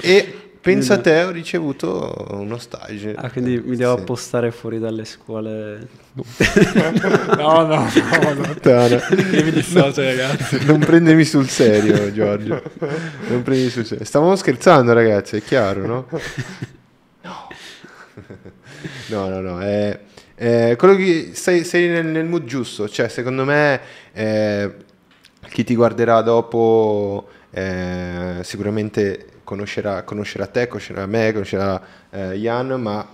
E pensa a te, ho ricevuto uno stage.
Ah, quindi mi devo
Sì.
appostare fuori dalle scuole.
No, no, no, no.
Puttana.
Io mi dissocio, ragazzi.
Non prendermi sul serio, Giorgio. Non prendermi sul serio. Stavamo scherzando, ragazzi, è chiaro, no? No, no, no. È, è quello che sei, sei nel, nel mood giusto. Cioè, secondo me, eh, chi ti guarderà dopo eh, sicuramente conoscerà, conoscerà te, conoscerà me, conoscerà eh, Ian, ma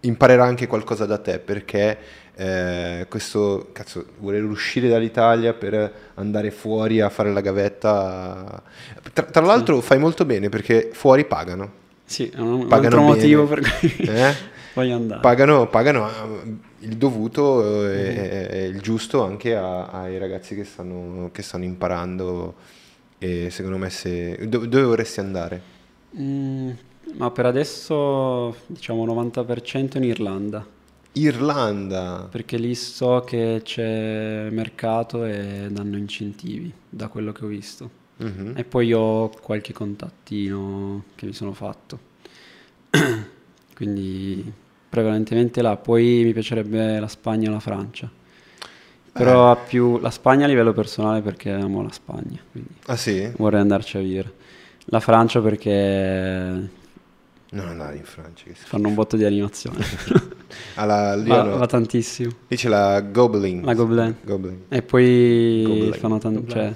imparerà anche qualcosa da te perché eh, questo cazzo voler uscire dall'Italia per andare fuori a fare la gavetta tra, tra l'altro fai molto bene perché fuori pagano
Sì, è un, un
Pagano
altro
bene.
motivo per cui
eh?
voglio andare.
pagano, pagano eh, il dovuto
Mhm.
eh, e, e il giusto anche a- ai ragazzi che stanno, che stanno imparando e secondo me se do- dove vorresti andare?
Mm, ma per adesso diciamo 90% in Irlanda.
Irlanda
Perché lì so che c'è mercato e danno incentivi, da quello che ho visto.
Mhm.
E poi ho qualche contattino che mi sono fatto. Quindi prevalentemente là. Poi mi piacerebbe la Spagna o la Francia. Però più la Spagna a livello personale perché amo la Spagna. Quindi
ah sì?
vorrei andarci a vivere. La Francia perché
non andare in Francia che schifo.
fanno un botto di animazione.
Alla- lì
va,
hanno-
va tantissimo.
lì c'è la Goblin
La Gobelin.
Goblin
E poi
Goblin.
fanno tan- cioè,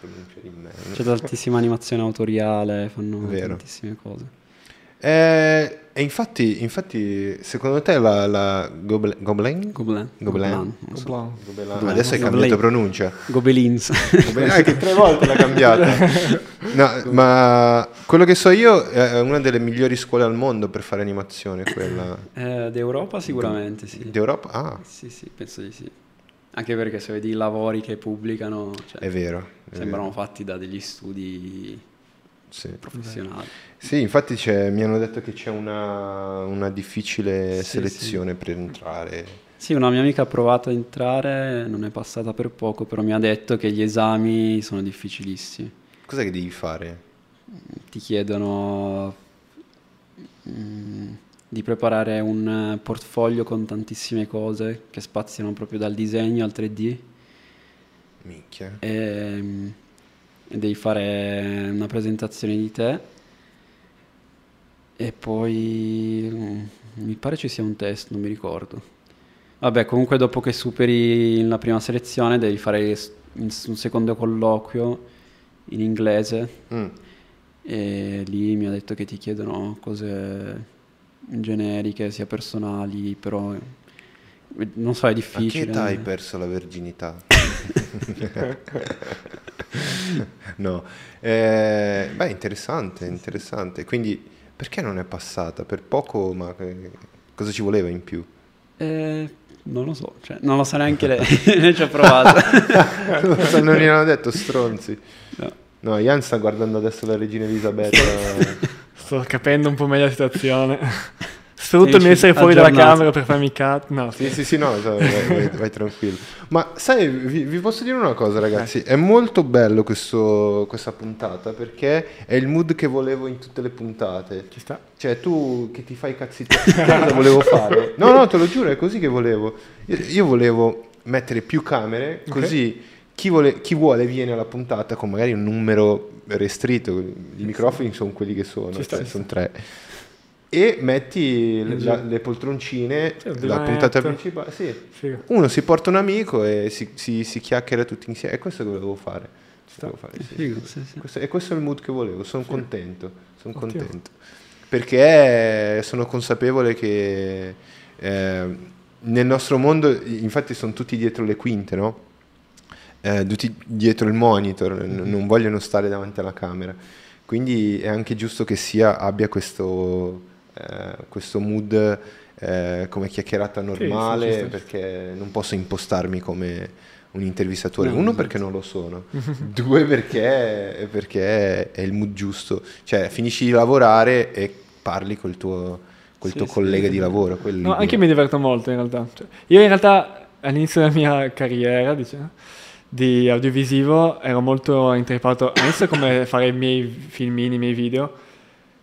Pronuncia di merda.
c'è tantissima animazione autoriale, fanno
Vero.
tantissime cose.
Eh, e infatti, infatti, secondo te la, la Goble- Goblin?
Gobelin.
Gobelin.
non so.
Buono.
Gobelan- Adesso hai cambiato
Goblin.
pronuncia.
Gobelins.
Gobelan- ah, che tre volte l'ha cambiata. No, ma quello che so io è una delle migliori scuole al mondo per fare animazione, quella
Eh, d'Europa sicuramente sì.
d'Europa. Ah,
Sì, sì, penso di sì. Anche perché se vedi i lavori che pubblicano, cioè,
è vero. è
sembrano
vero,
fatti da degli studi
sì.
professionali.
Sì, infatti c'è- mi hanno detto che c'è una, una difficile
Sì,
selezione per entrare.
Sì, una mia amica ha provato a entrare, non è passata per poco, però mi ha detto che gli esami sono difficilissimi.
Cos'è che devi fare?
ti chiedono mm, di preparare un eh, portfolio con tantissime cose che spaziano proprio dal disegno al 3D
Minchia.
e mm, e devi fare una presentazione di te e poi mm, mi pare ci sia un test, non mi ricordo. Vabbè, comunque dopo che superi la prima selezione devi fare s- un s- un secondo colloquio in inglese
Mm.
e lì mi ha detto che ti chiedono cose generiche, sia personali, però eh, non so, è
A che
difficile. eh.
età hai perso la verginità? no. Eh, beh, interessante, interessante. Quindi perché non è passata? Per poco, ma eh, cosa ci voleva in più?
Eh, non lo so, cioè, non lo sa neanche lei, né ci ha provato.
non lo so, non gliel'hanno detto, stronzi.
No.
No, Jan sta guardando adesso la regina Elisabetta.
Sto capendo un po' meglio la situazione. Sfrutto il
Dici,
mio essere fuori dalla
aggiornato.
camera per farmi cat. No,
sì, sì, sì, no, so, vai, vai- vai tranquillo. Ma sai, vi, vi posso dire una cosa, ragazzi.
Eh.
È molto bello questo- questa puntata perché è il mood che volevo in tutte le puntate.
ci sta.
Cioè, tu che ti fai i cazzi tuoi, cosa volevo fare? No, no, te lo giuro, è così che volevo. Io, io volevo mettere più camere,
Ok.
così chi, vuole, chi vuole viene alla puntata con magari un numero restritto. I microfoni sono quelli che sono,
Ci sta,
cioè,
ci
sono tre. E metti le, la- le poltroncine,
Sì, un
la
divanetto.
puntata principale. Sì.
Figo.
Uno si porta un amico e si, si- si chiacchiera tutti insieme. E questo è che volevo fare. Volevo fare, sì.
Figo, sì, sì.
Questo, e questo è il mood che volevo, sono contento, sono
Ottimo.
contento. Perché sono consapevole che eh, nel nostro mondo, infatti sono tutti dietro le quinte, no? Eh, tutti dietro il monitor,
Mm-hmm.
n- non vogliono stare davanti alla camera. Quindi è anche giusto che sia abbia questo, eh, questo mood eh, come chiacchierata
sì,
normale,
ci sta, ci sta.
perché non posso impostarmi come un intervistatore.
No,
Uno
esatto.
perché non lo sono, due perché, perché è il mood giusto. Cioè, finisci di lavorare e parli col tuo, col
Sì,
tuo
sì.
collega di lavoro. quello
No,
lì.
anche io mi diverto molto in realtà. Cioè, io in realtà all'inizio della mia carriera diciamo, di audiovisivo ero molto interessato adesso come fare i miei filmini, i miei video.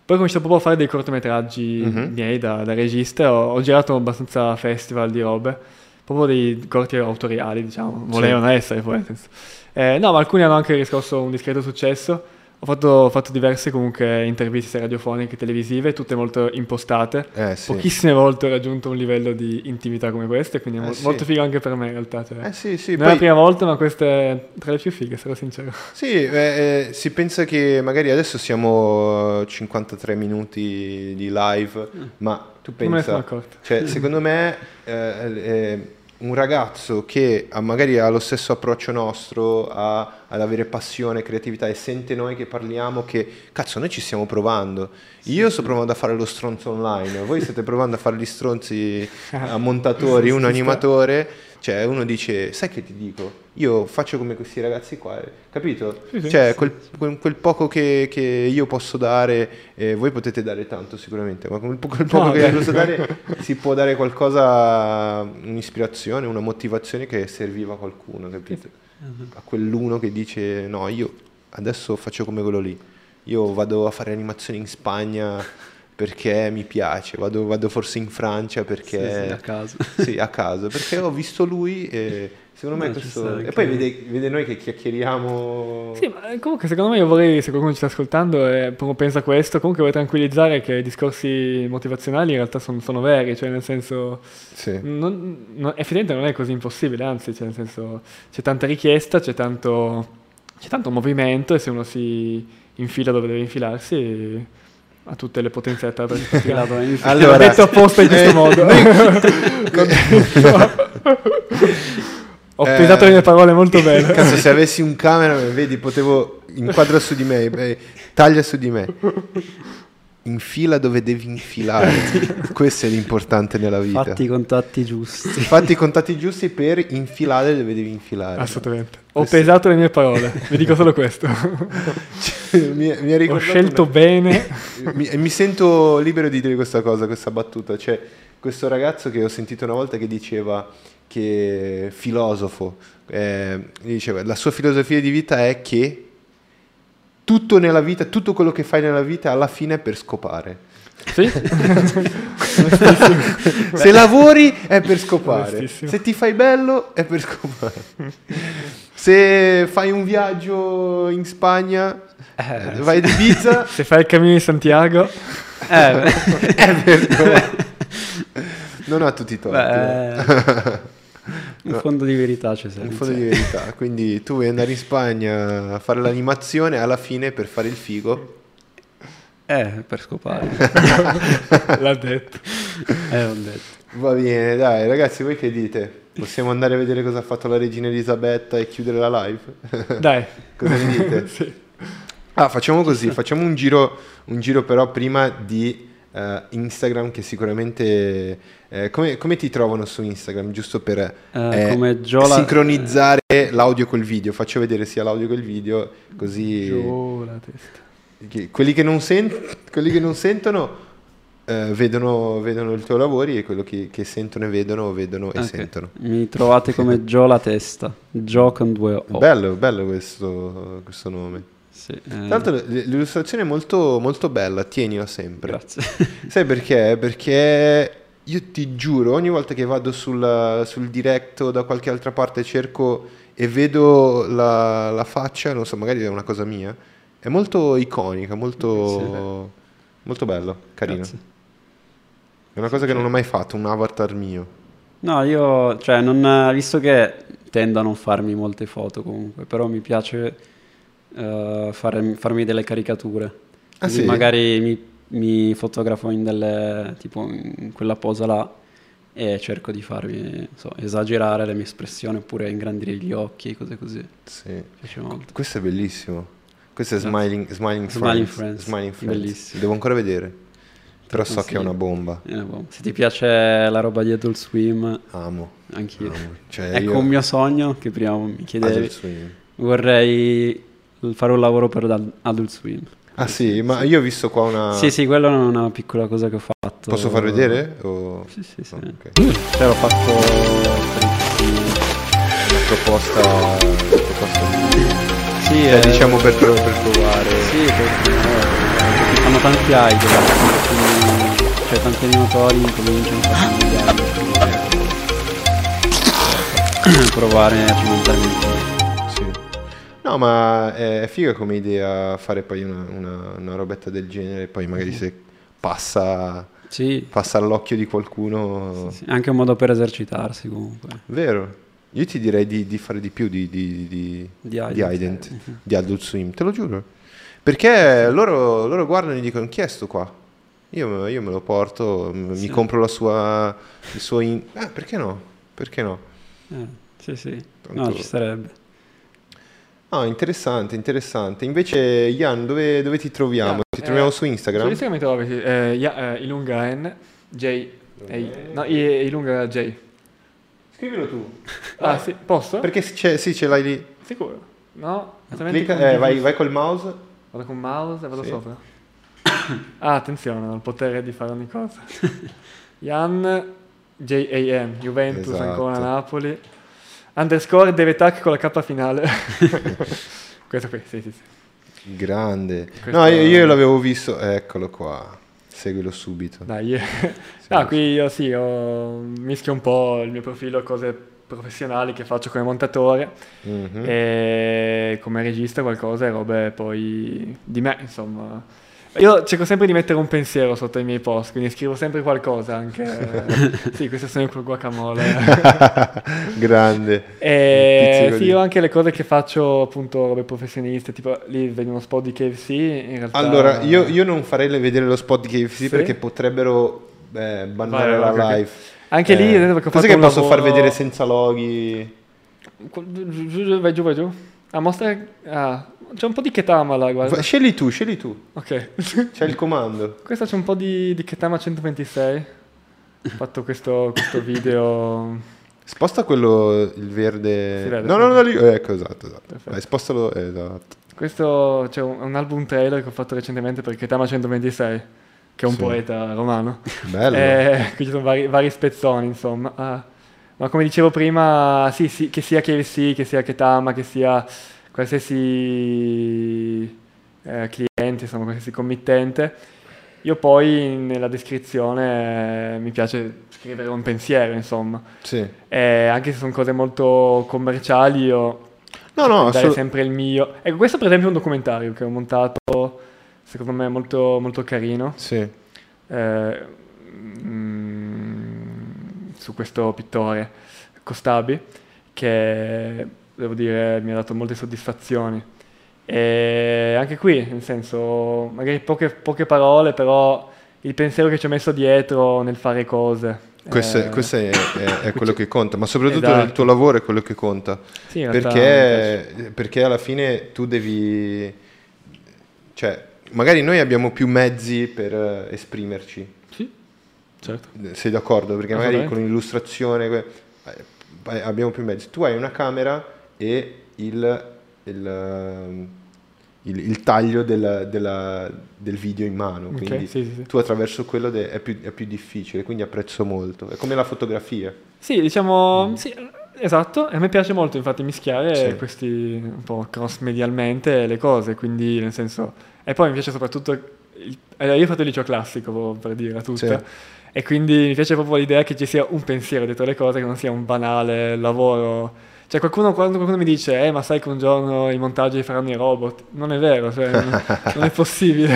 Poi ho cominciato proprio a fare dei cortometraggi
Mhm.
miei da, da regista, ho, ho girato abbastanza festival di robe, proprio dei corti autoriali diciamo, volevano essere poi. nel senso. Eh, no, ma alcuni hanno anche riscosso un discreto successo. Ho fatto, ho fatto diverse comunque interviste radiofoniche, televisive, tutte molto impostate.
Eh, sì.
Pochissime volte ho raggiunto un livello di intimità come questo, quindi è
Eh,
mo-
sì.
molto figo anche per me in realtà. Cioè.
Eh, sì, sì,
non è
poi-
la prima volta, ma questa è tra le più fighe, sarò sincero.
Sì, eh, eh, si pensa che magari adesso siamo 53 minuti di live, ma tu
Mm. Non me ne
pensa,
sono accorto.
cioè, secondo me eh, eh, un ragazzo che ha- magari ha lo stesso approccio nostro a- ad avere passione, creatività e sente noi che parliamo che cazzo noi ci stiamo provando. Io sto provando a fare lo stronzo online, voi state provando a fare gli stronzi a montatori, un animatore, cioè uno dice sai che ti dico? Io faccio come questi ragazzi qua, eh", capito?
Sì, sì.
cioè quel, quel- quel poco che, che io posso dare, eh, voi potete dare tanto sicuramente, ma quel, po- quel poco
No,
che
dai.
posso dare si può dare qualcosa, un'ispirazione, una motivazione che serviva a qualcuno, capito? A quell'uno che dice no, io adesso faccio come quello lì, io vado a fare animazioni in Spagna perché mi piace, vado, vado forse in Francia
Sì, sì,
perché...
a caso.
Sì, a caso, perché ho visto lui e secondo me
No, ci sta
questo...
anche-
E poi vede, vede noi che chiacchieriamo...
Sì, ma eh, comunque secondo me io vorrei, se qualcuno ci sta ascoltando e proprio pensa questo, comunque vorrei tranquillizzare che i discorsi motivazionali in realtà son- sono veri, cioè nel senso...
Sì.
Non, non, effettivamente non è così impossibile, anzi, cioè, nel senso, c'è tanta richiesta, c'è tanto, c'è tanto movimento e se uno si infila dove deve infilarsi ha tutte le potenzialità per
Filato,
sparare.
eh,
Allora-
l'ho detto apposta in questo
Eh,
modo. Ho
Eh,
pesato le mie parole molto bene.
Cazzo, se avessi un cameraman, vedi, potevo inquadra su di me, beh, taglia su di me. Infila dove devi infilare. Questo è l'importante nella vita.
fatti
Fatti,
i contatti giusti.
i contatti giusti per infilare dove devi infilare.
Assolutamente. Ho pesato le mie parole, vi dico solo questo.
Cioè, mi, mi ha ricordato
Ho
una-
scelto bene.
mi, mi sento libero di dire questa cosa, questa battuta. Cioè, questo ragazzo che ho sentito una volta che diceva che è filosofo, eh, gli diceva la sua filosofia di vita è che tutto nella vita, tutto quello che fai nella vita alla fine è per scopare.
Sì?
Se lavori è per scopare,
Onestissimo.
se ti fai bello è per scopare. Se fai un viaggio in Spagna,
Eh,
vai di pizza,
Se fai il cammino di Santiago,
Eh,
è per scopare. Non ha tutti i torti. eh.
beh, un fondo di verità c'è sempre.
Un fondo di verità. Quindi tu vuoi andare in Spagna a fare l'animazione, alla fine per fare il figo.
Eh, per scopare.
l'ha detto.
Eh, ho detto.
Va bene, dai, ragazzi, voi che dite? Possiamo andare a vedere cosa ha fatto la regina Elisabetta e chiudere la live?
Dai.
cosa ne dite?
Sì.
Ah, facciamo così, facciamo un giro, un giro però prima di eh, Instagram che sicuramente... eh, come, come ti trovano su Instagram? Giusto per eh,
come Giola-
sincronizzare l'audio col video. Faccio vedere sia l'audio che il video, così...
Giù la testa.
Che- Quelli che non, sen- quelli che non sentono eh, vedono, vedono il tuo lavoro e quello che, che sentono e vedono, vedono e
Ok.
sentono.
Mi trovate come Gio la testa. Gio con due O.
Bello, bello questo, questo nome.
Sì, eh,
Tra l'altro l- l'illustrazione è molto, molto bella, tienila sempre.
grazie.
Sai perché? Perché io ti giuro, ogni volta che vado sul, sul directo da qualche altra parte cerco e vedo la, la faccia, non so, magari è una cosa mia, è molto iconica, molto, molto bello, carino.
Grazie.
È una cosa che non ho mai fatto, un avatar mio.
No, io, cioè, non, visto che tendo a non farmi molte foto comunque, però mi piace eh, fare- farmi delle caricature.
Ah,
Così
sì?
magari mi, mi fotografo in delle, tipo in quella posa là e cerco di farmi, non so, esagerare le mie espressioni oppure ingrandire gli occhi, cose così. Mi
Sì.
piace molto.
Questo è bellissimo. Questo è
Grazie.
Smiling, smiling,
Smiling
Friends.
Friends,
Smiling Friends.
bellissimo.
Devo ancora vedere. Però so che è
consiglio.
una bomba.
Eh, boh. Se ti piace la roba di Adult Swim,
Amo.
anch'io.
amo. Cioè,
Ecco
io-
un mio sogno che prima mi chiedevi.
Adult Swim.
Vorrei l- fare un lavoro per dal- Adult Swim.
Ah sì, ma io ho visto qua una...
Sì, sì, quella è una piccola cosa che ho fatto.
Ah. Posso far vedere? O...
Sì, sì, sì.
Oh, ok.
Cioè, l'ho fatto per-
Una proposta... Una proposta di...
Sì,
Cioè,
eh,
diciamo per, per provare...
Sì, perché eh, ci fanno tanti idol, tanti- cioè tanti animatori incominciano a fare degli idol per eh, provare a cimentare un po'.
Sì. No, ma è è figa come idea fare poi una, una, una robetta del genere, poi magari se passa,
Sì,
passa all'occhio di qualcuno...
sì, anche un modo per esercitarsi comunque.
Vero? Io ti direi di, di fare di più di, di, di,
Di
di
Ident.
Ident, di Adult Swim, te lo giuro. Perché loro, loro guardano e dicono, chi è sto qua? Io, io me lo porto, m- mi compro la sua... Il suo in- Ah, perché no? Perché no?
Eh, sì, sì. No,
Tanto-
ci sarebbe.
Ah, interessante, interessante. Invece, Jan, dove, dove ti troviamo?
Ah,
ti
eh,
troviamo su
Su
Instagram?
Instagram mi trovi eh, ya- eh, Ilunga N, J, A- no, I- Ilunga J.
Scrivilo tu.
Ah sì, posso?
Perché se c'è- sì, ce l'hai lì.
Sicuro? No? Altrimenti
Clicca,
condivido.
eh, vai, vai col mouse.
Vado con mouse e vado
Sì.
sopra. Ah, attenzione, ho il potere di fare ogni cosa. Jan, J-A-N, Juventus
Esatto.
ancora Napoli. Underscore Devetac con la K finale. Questo qui, sì, sì, sì.
Grande.
Questo-
No, io, io l'avevo visto. Eccolo qua. Seguilo subito.
Dai, io-
Sì.
ah, qui io sì, ho- mischio un po' il mio profilo a cose professionali che faccio come montatore
Mhm.
Eh. e come regista qualcosa e robe poi di me, insomma. Io cerco sempre di mettere un pensiero sotto i miei post, quindi scrivo sempre qualcosa anche. sì, questo sono col guacamole.
Grande.
E
Pizzico
sì,
di-
io anche le cose che faccio appunto robe professioniste, tipo lì vedi uno spot di KFC, in realtà...
Allora, io, io non farei le- vedere lo spot di KFC
Sì?
perché potrebbero eh, bannare
Vai,
la
ok, ok.
live.
Anche lì, ad esempio, che ho
eh, cos'è
fatto
che
un
posso far
lavoro-
vedere senza loghi?
Giù, giù, giù, Vai giù, vai giù. Ah, mostra... Ah, c'è un po' di Ketama là, guarda.
Va- Scegli tu, scegli tu.
Ok.
C'è il comando.
Questa c'è un po' di, di Ketama 126. Ho fatto questo, questo video.
Sposta quello, il verde.
Si vede?
no, no, no, lì. eh, Ecco, esatto, esatto.
Perfetto.
Dai, spostalo, eh, esatto.
Questo c'è un, un album trailer che ho fatto recentemente per Ketama 126, che è un
Sì.
poeta romano.
Bello.
Eh, qui ci sono vari, vari spezzoni, insomma. Ah, ma come dicevo prima, sì, sì, che sia KFC, che sia Ketama, che sia qualsiasi eh, clienti, insomma qualsiasi committente. Io poi nella descrizione eh, mi piace scrivere un pensiero, insomma.
Sì.
Eh, anche se sono cose molto commerciali, io
No, no,
dare
assolut-
sempre il mio. Ecco, questo per esempio è un documentario che ho montato, secondo me molto, molto carino,
sì.
eh, mm, su questo pittore Costabi, che devo dire mi ha dato molte soddisfazioni. E anche qui, nel senso, magari poche, poche parole, però il pensiero che ci ho messo dietro nel fare cose.
Questo, è-
eh,
questo è, è- è quello che conta, ma soprattutto
Esatto.
nel tuo lavoro è quello che conta.
sì, in realtà mi piace.
Perché, perché alla fine tu devi... Cioè, magari noi abbiamo più mezzi per eh, esprimerci,
Sì, certo.
sei d'accordo? Perché magari
Assolutamente.
con l'illustrazione que- eh, abbiamo più mezzi. Tu hai una camera e il, il, ehm, il- il taglio della- della- del video in mano,
Ok,
quindi
sì, sì, sì.
tu attraverso quello de- è, più, è più difficile, quindi apprezzo molto. È come la fotografia.
Sì, diciamo, sì, esatto, e a me piace molto infatti mischiare
Mm. Sì.
questi un po' cross medialmente le cose, quindi nel senso... E poi mi piace soprattutto... il- allora, io ho fatto il liceo classico, per dire tutta,
Sì.
e quindi mi piace proprio l'idea che ci sia un pensiero dietro le cose, che non sia un banale lavoro. Cioè qualcuno, quando qualcuno mi dice, eh ma sai che un giorno i montaggi li faranno i robot, non è vero, cioè, non, non è possibile.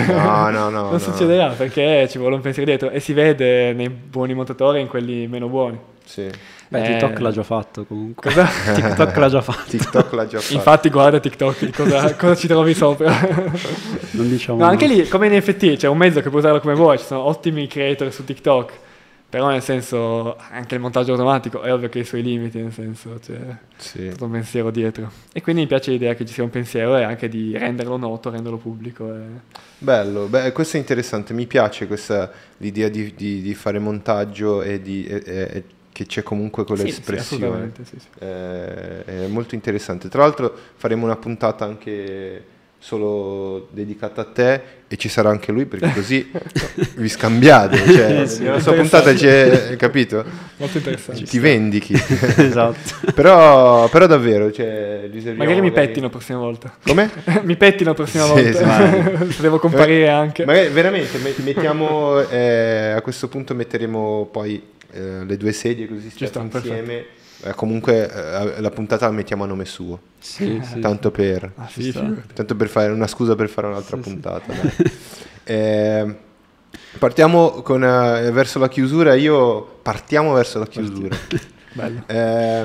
No, no, no,
non
no.
succederà perché ci vuole un pensiero dietro e si vede nei buoni montatori e in quelli meno buoni.
Sì.
Beh,
Eh.
TikTok l'ha già fatto comunque.
Cosa?
TikTok l'ha già fatto.
TikTok l'ha già fatto.
Infatti guarda TikTok cosa, cosa ci trovi sopra.
Non diciamo
no, anche
no.
lì, come in NFT, c'è un mezzo che puoi usarlo come vuoi, ci sono ottimi creator su TikTok, però nel senso anche il montaggio automatico è ovvio che ha i suoi limiti, nel senso c'è
Sì.
tutto un pensiero dietro. E quindi mi piace l'idea che ci sia un pensiero e anche di renderlo noto, renderlo pubblico. eh. e-
Bello, beh, questo è interessante, mi piace questa, l'idea di, di- di fare montaggio e, di, e- e- e che c'è comunque
Sì, sì,
quell'espressione.
assolutamente, sì, sì.
Eh, è molto interessante. Tra l'altro faremo una puntata anche solo dedicata a te e ci sarà anche lui perché così vi scambiate. Cioè,
Sì, sì,
nella
è
sua
interessante.
puntata c'è, capito?
Molto interessante.
Ti vendichi.
esatto.
però, però davvero, cioè, riserviamo
Magari mi pettino la prossima volta.
Come?
mi pettino la prossima
Sì, esatto.
volta. Devo comparire
Eh,
anche.
Magari, veramente, met- mettiamo, eh, a questo punto metteremo poi eh, le due sedie così
Ci sta,
stiamo insieme. Eh, comunque eh, la puntata la mettiamo a nome suo,
Sì, sì.
Eh, tanto, per,
Ah,
Ci
sì,
sta.
figurati.
tanto per fare una scusa per fare un'altra puntata. dai. Eh, partiamo con, eh, verso la chiusura, io partiamo verso la chiusura.
Bello.
Eh,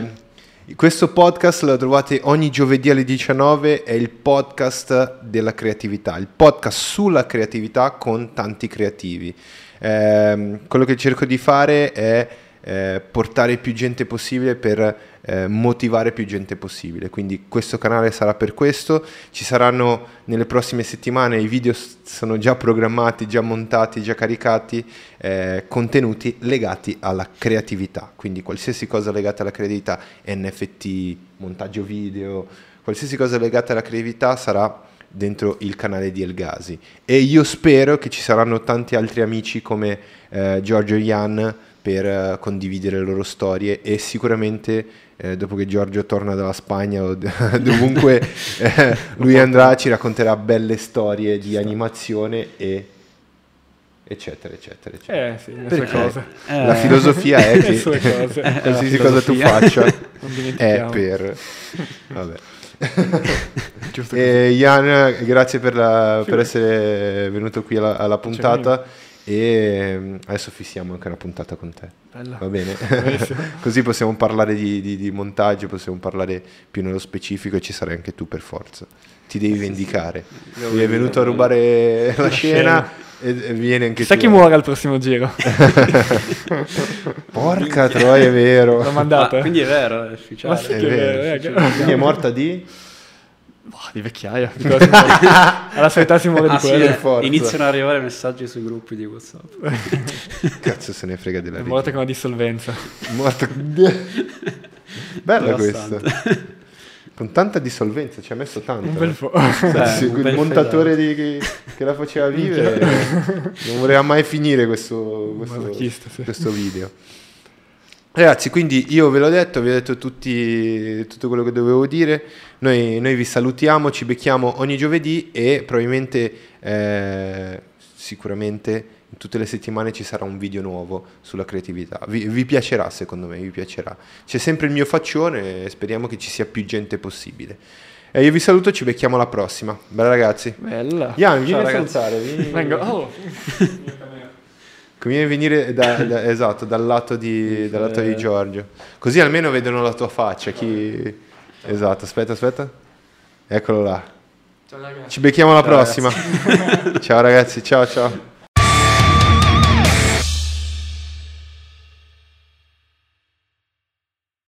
questo podcast lo trovate ogni giovedì alle 19, è il podcast della creatività, il podcast sulla creatività con tanti creativi. Ehm, quello che cerco di fare è eh, portare più gente possibile per eh, motivare più gente possibile. Quindi questo canale sarà per questo. Ci saranno nelle prossime settimane i video s- sono già programmati, già montati, già caricati, eh, contenuti legati alla creatività. Quindi qualsiasi cosa legata alla creatività, NFT, montaggio video, qualsiasi cosa legata alla creatività sarà dentro il canale di Elgasi e io spero che ci saranno tanti altri amici come eh, Giorgio e Ian per eh, condividere le loro storie e sicuramente eh, dopo che Giorgio torna dalla Spagna o d- dovunque eh, lui andrà ci racconterà belle storie di animazione e eccetera eccetera, eccetera.
Eh sì, le sue
Perché?
cose.
Eh,
la filosofia è
Le
che
sue cose. Eh,
qualsiasi
la
cosa tu
filosofia.
faccia
Non
è
dimentichiamo.
per vabbè
Giusto così.
E Ian, grazie per, la- per
Figurati.
essere venuto qui alla, alla puntata. E mm, adesso fissiamo anche una puntata con te.
Bello.
Va bene?
Benissimo.
Così possiamo parlare di, di- di montaggio, possiamo parlare più nello specifico e ci sarai anche tu per forza. Ti
Eh
devi vendicare. Mi è venuto a rubare la scena e e viene anche
Chissà
tu.
chi muore al prossimo giro.
Porca troia, è vero.
L'ho
Ah,
mandata.
quindi è vero, è ufficiale.
Ma sì
È
che è
vero.
vero, raga.
Quindi è morta di?
Boh, di vecchiaia. Di cosa si muore? Alla sua età si muore di
Ah, sì,
quello.
eh,
forza.
iniziano ad arrivare messaggi sui gruppi di WhatsApp.
Cazzo se ne frega della
È
vita.
morta con una dissolvenza.
Morto. Bella
Devastante.
questa. Con tanta dissolvenza, ci ha messo tanto.
Un bel
eh.
po'.
Cioè,
Eh,
sì,
un
quel
bel
montatore di- che, che la faceva vivere non voleva mai finire questo, questo,
Masochista, sì.
questo video. Ragazzi, quindi io ve l'ho detto, vi ho detto tutti, tutto quello che dovevo dire. Noi, noi vi salutiamo, ci becchiamo ogni giovedì e probabilmente, eh, sicuramente, in tutte le settimane ci sarà un video nuovo sulla creatività. Vi, vi piacerà, secondo me, vi piacerà. C'è sempre il mio faccione e speriamo che ci sia più gente possibile. E io vi saluto, ci becchiamo alla prossima. Bella ragazzi.
Bella.
Ian, vieni
Ciao,
a
ragazzi.
salutare. Vieni.
Vengo. Oh.
Conviene venire da- da- esatto, dal lato, di, dal lato di Giorgio. Così almeno vedono la tua faccia. chi- Esatto, aspetta, aspetta. Eccolo là.
Ciao ragazzi.
Ci becchiamo alla prossima. ciao ragazzi, ciao ciao.